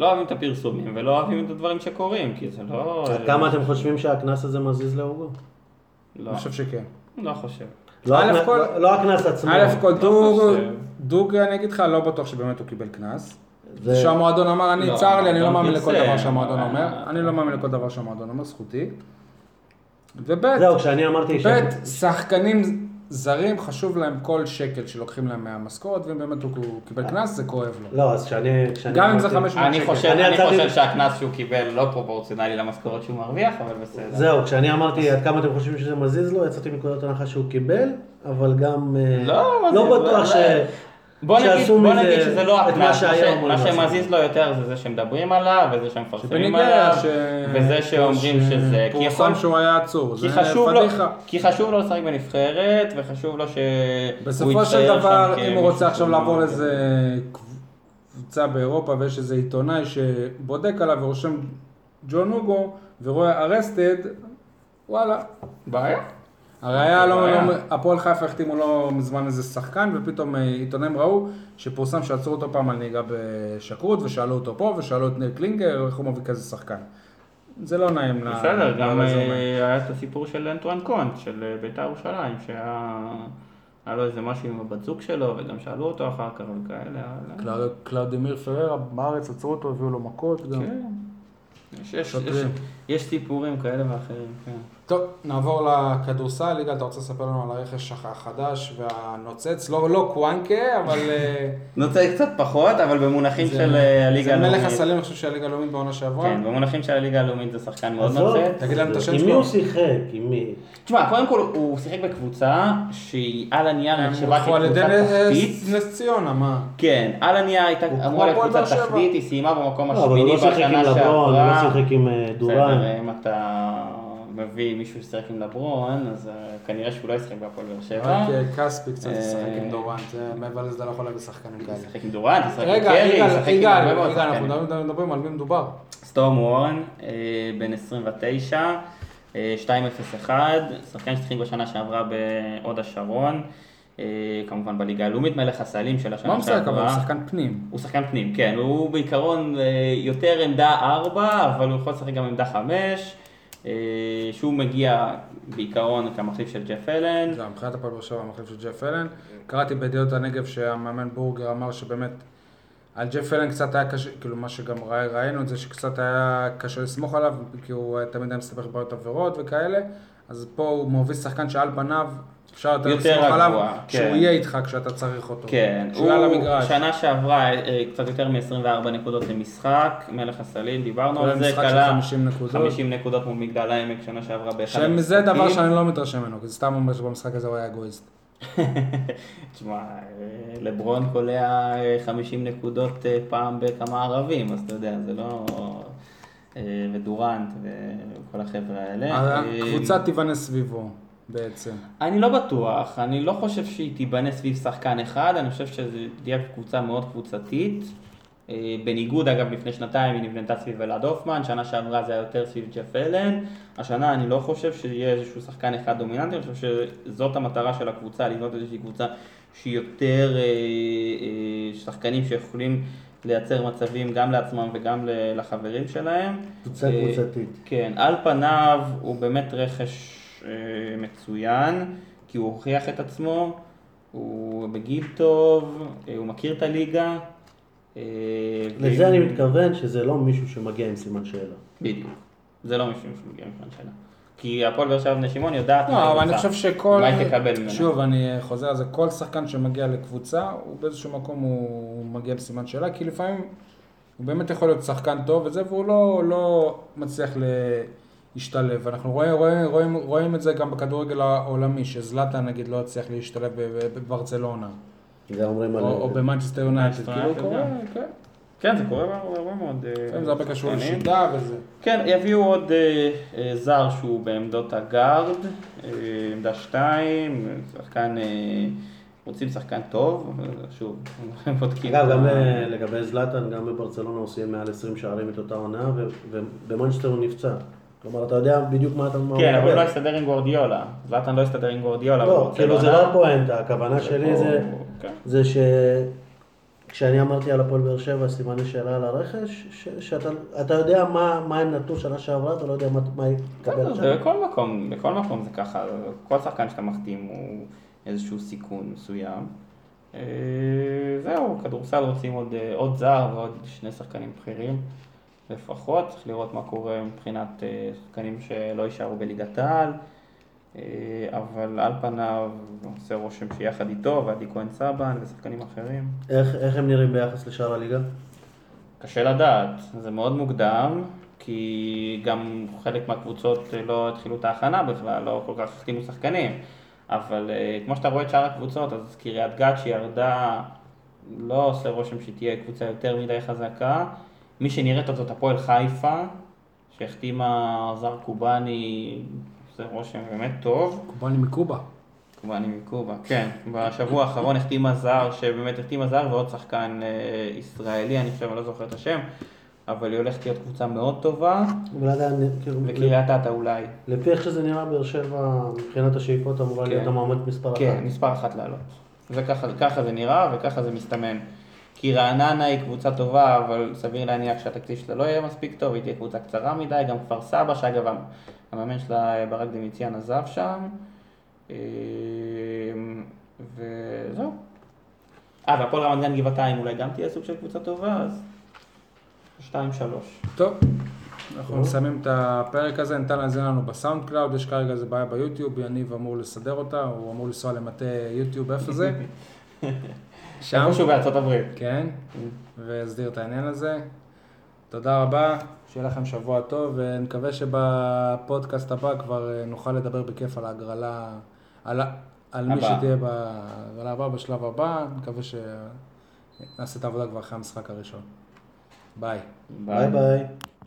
[SPEAKER 4] לא אוהבים את הפרסומים ולא אוהבים את הדברים שקורים, כי זה לא...
[SPEAKER 3] כמה אתם חושבים שהקנס הזה מזיז להוגו?
[SPEAKER 4] לא,
[SPEAKER 2] אני חושב שכן.
[SPEAKER 4] לא חושב.
[SPEAKER 3] לא
[SPEAKER 2] א',
[SPEAKER 3] הקנס-
[SPEAKER 2] כל-
[SPEAKER 3] לא- לא הקנס עצמו.
[SPEAKER 2] א' כל דוג,
[SPEAKER 4] חושב.
[SPEAKER 2] דוג, אני אגיד לך, לא בטוח שבאמת הוא קיבל קנס.
[SPEAKER 3] זה-
[SPEAKER 2] שהמועדון אמר, אני
[SPEAKER 4] לא,
[SPEAKER 2] צר לי, אני לא
[SPEAKER 4] המועדון
[SPEAKER 2] מאמין לכל
[SPEAKER 4] פרסם,
[SPEAKER 2] דבר שהמועדון
[SPEAKER 4] אבל-
[SPEAKER 2] אומר. אני לא מאמין לכל דבר שהמועדון אומר, זכותי. וב'
[SPEAKER 3] זהו, כשאני אמרתי ש...
[SPEAKER 2] ב', שחקנים זרים, חשוב להם כל שקל שלוקחים להם מהמשכורת, ואם באמת הוא קיבל קנס, זה כואב לו.
[SPEAKER 3] לא, אז כשאני... כשאני
[SPEAKER 2] גם אם זה
[SPEAKER 3] אמרתי-
[SPEAKER 2] 500
[SPEAKER 4] אני חושב
[SPEAKER 2] שקל.
[SPEAKER 3] אני
[SPEAKER 4] אני
[SPEAKER 3] יצאתי-
[SPEAKER 4] חושב שהקנס שהוא קיבל לא פרופורציונלי למשכורת שהוא מרוויח, אבל בסדר.
[SPEAKER 3] זהו, כשאני אמרתי עד כמה אתם חושבים שזה מזיז לו, יצאתי מנקודת הנחה שהוא קיבל, אבל גם... אה,
[SPEAKER 4] לא, מה זה,
[SPEAKER 3] לא בטוח
[SPEAKER 4] לא,
[SPEAKER 3] ש...
[SPEAKER 4] בוא נגיד,
[SPEAKER 3] שעשו
[SPEAKER 4] בוא
[SPEAKER 3] מזה
[SPEAKER 4] נגיד שזה לא
[SPEAKER 3] את מה
[SPEAKER 4] הקנס, מה, ש...
[SPEAKER 3] שהיה אמור
[SPEAKER 4] מה
[SPEAKER 3] לעשות.
[SPEAKER 4] שמזיז לו יותר זה זה שמדברים עליו, וזה שמפרסמים
[SPEAKER 2] שבניגריה
[SPEAKER 4] עליו,
[SPEAKER 2] ש-
[SPEAKER 4] וזה שאומרים
[SPEAKER 2] ש-
[SPEAKER 4] שזה, כי יכול...
[SPEAKER 2] פורסם שהוא היה עצור, זה
[SPEAKER 4] כי חשוב, לו,
[SPEAKER 2] פדיחה.
[SPEAKER 4] כי חשוב לו לשחק בנבחרת, וחשוב לו שהוא
[SPEAKER 2] בסופו של
[SPEAKER 4] יצטייר
[SPEAKER 2] דבר,
[SPEAKER 4] שם
[SPEAKER 2] אם
[SPEAKER 4] כמישהו
[SPEAKER 2] הוא רוצה עכשיו
[SPEAKER 4] שהוא- לא
[SPEAKER 2] לעבור איזה קבוצה באירופה ויש איזה עיתונאי שבודק עליו ורושם ג'ון הוגו ורואה ארסטד, וואלה.
[SPEAKER 4] בעיה?
[SPEAKER 2] אה, הרי היה
[SPEAKER 4] זה
[SPEAKER 2] לא,
[SPEAKER 4] בעיה.
[SPEAKER 2] לא, הפועל חיפה החתימו לא מזמן איזה שחקן, ופתאום אה, עיתונאים ראו שפורסם שעצרו אותו פעם על נהיגה בשכרות, ושאלו אותו פה, ושאלו את ניר קלינגר, איך הוא מביא כזה שחקן. זה לא נעים. ל-
[SPEAKER 4] בסדר, גם
[SPEAKER 2] לרזומה.
[SPEAKER 4] אה, היה את הסיפור של אנטואן קונט, של אה, בית"ר ירושלים, שהיה היה לו איזה משהו עם הבת זוג שלו, וגם שאלו אותו אחר כך וכאלה. אבל-
[SPEAKER 2] קלא- קלאודימיר פררה בארץ עצרו אותו, הביאו לו מכות גם.
[SPEAKER 4] כן. יש- יש-
[SPEAKER 2] שוטרים.
[SPEAKER 4] יש- יש סיפורים כאלה ואחרים, כן.
[SPEAKER 2] טוב, נעבור לכדורסל. יגאל, אתה רוצה לספר לנו על הרכש החדש והנוצץ? לא, לא קוואנקה, אבל אה,
[SPEAKER 4] נוצא קצת פחות, אבל במונחים
[SPEAKER 2] זה-
[SPEAKER 4] של אה, הליגה
[SPEAKER 2] זה מלך
[SPEAKER 4] הלאומית.
[SPEAKER 2] הסלים, אני חושב, של הליגה הלאומית בעונה שעברה.
[SPEAKER 4] כן, במונחים של הליגה הלאומית זה שחקן מאוד
[SPEAKER 3] עזוב,
[SPEAKER 4] נוצא.
[SPEAKER 2] תגיד לנו את השם
[SPEAKER 3] עם
[SPEAKER 2] שלו.
[SPEAKER 3] מי הוא שיחק? עם מי?
[SPEAKER 4] תשמע, קודם כל הוא שיחק בקבוצה שהיא על הנייר
[SPEAKER 2] הם
[SPEAKER 4] נחשבה
[SPEAKER 2] הולכו על ידי
[SPEAKER 4] כקבוצה תחתית.
[SPEAKER 2] נס- נס ציונה, מה?
[SPEAKER 4] כן, על הנייר הייתה
[SPEAKER 3] הוא
[SPEAKER 4] אמורה להיות
[SPEAKER 2] כמו הפועל
[SPEAKER 4] קבוצה
[SPEAKER 2] באר שבע.
[SPEAKER 4] תחתית, היא סיימה במקום
[SPEAKER 3] לא, אבל הוא
[SPEAKER 4] השמיני
[SPEAKER 3] לא שיחק עם
[SPEAKER 4] בשנה
[SPEAKER 3] לברון, הוא לא
[SPEAKER 4] שעברה.
[SPEAKER 3] שיחק עם אה, דורן.
[SPEAKER 4] בסדר, אם אתה מביא מישהו ששיחק עם לברון, אז אה, כנראה שהוא לא ישחק בהפועל באר שבע.
[SPEAKER 2] רק אה, כספי קצת ישחק
[SPEAKER 4] אה,
[SPEAKER 2] עם דורנט, זה מבלז אתה לא יכול להביא שחקנים כאלה.
[SPEAKER 4] ישחק עם דורנט, ישחק עם
[SPEAKER 2] רגע,
[SPEAKER 4] קרי,
[SPEAKER 2] יגאל,
[SPEAKER 4] ישחק עם
[SPEAKER 2] יגאל,
[SPEAKER 4] הרבה מאוד
[SPEAKER 2] יגאל, אנחנו
[SPEAKER 4] שחקנים.
[SPEAKER 2] מדברים- מדברים על מי מדובר.
[SPEAKER 4] סטורם וורן, אה, בן 29, אה, 201, שחקן ששיחק בשנה שעברה בהוד השרון, אה, כמובן בליגה הלאומית, מלך הסלים של
[SPEAKER 2] מה הוא
[SPEAKER 4] השנה
[SPEAKER 2] משחק אבל? הוא
[SPEAKER 4] שעברה.
[SPEAKER 2] שחקן פנים.
[SPEAKER 4] הוא שחקן פנים, כן, הוא בעיקרון אה, יותר עמדה 4, אבל הוא יכול לשחק גם עמדה 5, אה, שהוא מגיע בעיקרון כמחליף של ג'ף אלן.
[SPEAKER 2] זה מבחינת הפועל באר שבע המחליף של ג'ף אלן. קראתי בידיעות הנגב שהמאמן בורגר אמר שבאמת על ג'ף אלן קצת היה קשה, כאילו מה שגם רא- ראינו את זה שקצת היה קשה לסמוך עליו, כי הוא אה, תמיד היה מסתבך בבעיות עבירות וכאלה, אז פה הוא מוביל שחקן שעל פניו אפשר יותר
[SPEAKER 4] יותר
[SPEAKER 2] לסמוך עליו,
[SPEAKER 4] רגוע,
[SPEAKER 2] שהוא
[SPEAKER 4] כן.
[SPEAKER 2] יהיה איתך כשאתה צריך אותו.
[SPEAKER 4] כן,
[SPEAKER 2] שהוא
[SPEAKER 4] הוא
[SPEAKER 2] יהיה על המגרש.
[SPEAKER 4] שנה שעברה אה, קצת יותר מ-24 נקודות למשחק, מלך הסלים, דיברנו
[SPEAKER 2] כולל
[SPEAKER 4] על זה,
[SPEAKER 2] משחק של 50 נקודות.
[SPEAKER 4] 50 נקודות מול מגדל העמק שנה שעברה באחד
[SPEAKER 2] שזה דבר
[SPEAKER 4] המשחקים.
[SPEAKER 2] שאני לא מתרשם ממנו, כי זה סתם אומר שבמשחק הזה הוא היה אגואיסט.
[SPEAKER 4] תשמע, אה, לברון קולע אה, 50 נקודות אה, פעם בכמה ערבים, אז אתה יודע, זה לא... אה, ודורנט וכל החבר'ה האלה. אה,
[SPEAKER 2] הקבוצה תיבנה סביבו בעצם.
[SPEAKER 4] אני לא בטוח, אני לא חושב שהיא תיבנה סביב שחקן אחד, אני חושב שזו תהיה קבוצה מאוד קבוצתית. אה, בניגוד, אגב, לפני שנתיים היא נבנתה סביב אלעד הופמן, שנה שעברה זה היה יותר סביב ג'ף אלן. השנה אני לא חושב שיהיה איזשהו שחקן אחד דומיננטי, אני חושב שזאת המטרה של הקבוצה, לבנות איזושהי קבוצה שהיא יותר אה, אה, שחקנים שיכולים לייצר מצבים גם לעצמם וגם ל- לחברים שלהם.
[SPEAKER 3] קבוצה
[SPEAKER 4] אה,
[SPEAKER 3] קבוצתית.
[SPEAKER 4] כן, על פניו הוא באמת רכש אה, מצוין, כי הוא הוכיח את עצמו, הוא בגיל טוב, אה, הוא מכיר את הליגה. אה,
[SPEAKER 3] לזה
[SPEAKER 4] ואם-
[SPEAKER 3] אני מתכוון שזה לא מישהו שמגיע עם סימן שאלה.
[SPEAKER 4] בדיוק. זה לא מישהו שמגיע מזמן שלה. כי הפועל באר שבע בני שמעון יודעת מה
[SPEAKER 2] לא,
[SPEAKER 4] היא
[SPEAKER 2] אבל אני
[SPEAKER 4] רוצה,
[SPEAKER 2] חושב שכל...
[SPEAKER 4] מה היא תקבל ממנה.
[SPEAKER 2] שוב, אני חוזר על זה, כל שחקן שמגיע לקבוצה, הוא באיזשהו מקום הוא מגיע בסימן שאלה, כי לפעמים הוא באמת יכול להיות שחקן טוב וזה, והוא לא, לא מצליח להשתלב. אנחנו רואים, רואים, רואים, רואים את זה גם בכדורגל העולמי, שזלאטה נגיד לא הצליח להשתלב בב- בברצלונה,
[SPEAKER 3] זה אומרים
[SPEAKER 2] או,
[SPEAKER 3] על...
[SPEAKER 2] או במנצ'סטר יונייטד, כאילו
[SPEAKER 4] יונייטד,
[SPEAKER 2] קורה,
[SPEAKER 4] גם.
[SPEAKER 2] כן.
[SPEAKER 4] כן, זה קורה הרבה מאוד... אה,
[SPEAKER 2] לפעמים זה הרבה קשור
[SPEAKER 4] שחקנים.
[SPEAKER 2] לשיטה וזה.
[SPEAKER 4] כן, יביאו עוד אה, אה, זר שהוא בעמדות הגארד, אה, עמדה שתיים, שחקן, אה, רוצים שחקן טוב, אבל שוב, הם בודקים.
[SPEAKER 3] אגב,
[SPEAKER 4] את ה-
[SPEAKER 3] גם אה, לגבי זלאטן, גם בברצלונה הוא סיים מעל 20 שערים את אותה עונה, ו- ובמנצ'סטר הוא נפצע. כלומר, אתה יודע בדיוק מה אתה מה הוא
[SPEAKER 4] כן, אבל הוא לא
[SPEAKER 3] מקבל.
[SPEAKER 4] הסתדר עם גורדיולה. זלאטן לא הסתדר עם גורדיולה. אבל
[SPEAKER 3] אה, לא,
[SPEAKER 4] הוא
[SPEAKER 3] כאילו זה
[SPEAKER 4] רוצה
[SPEAKER 3] לא
[SPEAKER 4] לעונה.
[SPEAKER 3] הפואנטה, הכוונה
[SPEAKER 4] פה-
[SPEAKER 3] שלי זה...
[SPEAKER 4] כן.
[SPEAKER 3] זה ש... כשאני אמרתי על הפועל באר שבע, סימן שאלה על הרכש, ש... שאתה אתה יודע מה, מה הם נתנו שנה שעברה, אתה לא יודע מה, מה יקבל
[SPEAKER 4] בסדר,
[SPEAKER 3] עכשיו.
[SPEAKER 4] זה בכל מקום, בכל מקום זה ככה, כל שחקן שאתה מחתים הוא איזשהו סיכון מסוים. אה, זהו, כדורסל רוצים עוד, אה, עוד זר ועוד שני שחקנים בכירים לפחות, צריך לראות מה קורה מבחינת אה, שחקנים שלא יישארו בליגת העל, אה, אבל על פניו עושה רושם שיחד איתו ועדי כהן סבן ושחקנים אחרים.
[SPEAKER 3] איך, איך הם נראים ביחס לשאר הליגה?
[SPEAKER 4] קשה לדעת, זה מאוד מוקדם, כי גם חלק מהקבוצות לא התחילו את ההכנה בכלל, לא כל כך החתימו שחקנים, אבל אה, כמו שאתה רואה את שאר הקבוצות, אז קריית גת שירדה, לא עושה רושם שהיא תהיה קבוצה יותר מדי חזקה. מי שנראית עוד זאת הפועל חיפה, שהחתימה זר קובאני, עושה רושם באמת טוב.
[SPEAKER 2] קובאני מקובה.
[SPEAKER 4] קובאני מקובה, כן. בשבוע האחרון החתימה זר, שבאמת החתימה זר, ועוד שחקן אה, ישראלי, אני חושב, אני לא זוכר את השם, אבל היא הולכת להיות קבוצה מאוד טובה,
[SPEAKER 3] אבל עדיין, כאילו,
[SPEAKER 4] וקריית אתא אולי.
[SPEAKER 3] לפי איך שזה נראה, באר שבע, מבחינת השאיפות, אמורה
[SPEAKER 4] כן.
[SPEAKER 3] להיות המועמד מספר אחת.
[SPEAKER 4] כן, מספר אחת לעלות. זה ככה, ככה זה נראה וככה זה מסתמן. כי רעננה היא קבוצה טובה, אבל סביר להניח שהתקציב שלה לא יהיה מספיק טוב, היא תהיה קבוצה קצרה מדי, גם כפר סבא, שאגב המאמן שלה אה, ברק דמיציאן עזב שם. אה, וזהו. אה, והפועל רמת גן גבעתיים אולי גם תהיה סוג של קבוצה טובה, אז... שתיים, שלוש.
[SPEAKER 2] טוב, אנחנו מסיימים את הפרק הזה, ניתן להזין לנו בסאונד קלאוד, יש כרגע איזה בעיה ביוטיוב, יניב אמור לסדר אותה, הוא אמור לנסוע למטה יוטיוב, איפה זה? שם?
[SPEAKER 4] איפשהו בארצות הברית.
[SPEAKER 2] כן, ויסדיר את העניין הזה. תודה רבה, שיהיה לכם שבוע טוב, ונקווה שבפודקאסט הבא כבר אה, נוכל לדבר בכיף על ההגרלה, על, ה- על מי
[SPEAKER 4] הבא.
[SPEAKER 2] שתהיה בהגרלה הבאה בשלב הבא, נקווה שנעשה את העבודה כבר אחרי המשחק הראשון. ביי.
[SPEAKER 3] ביי ביי.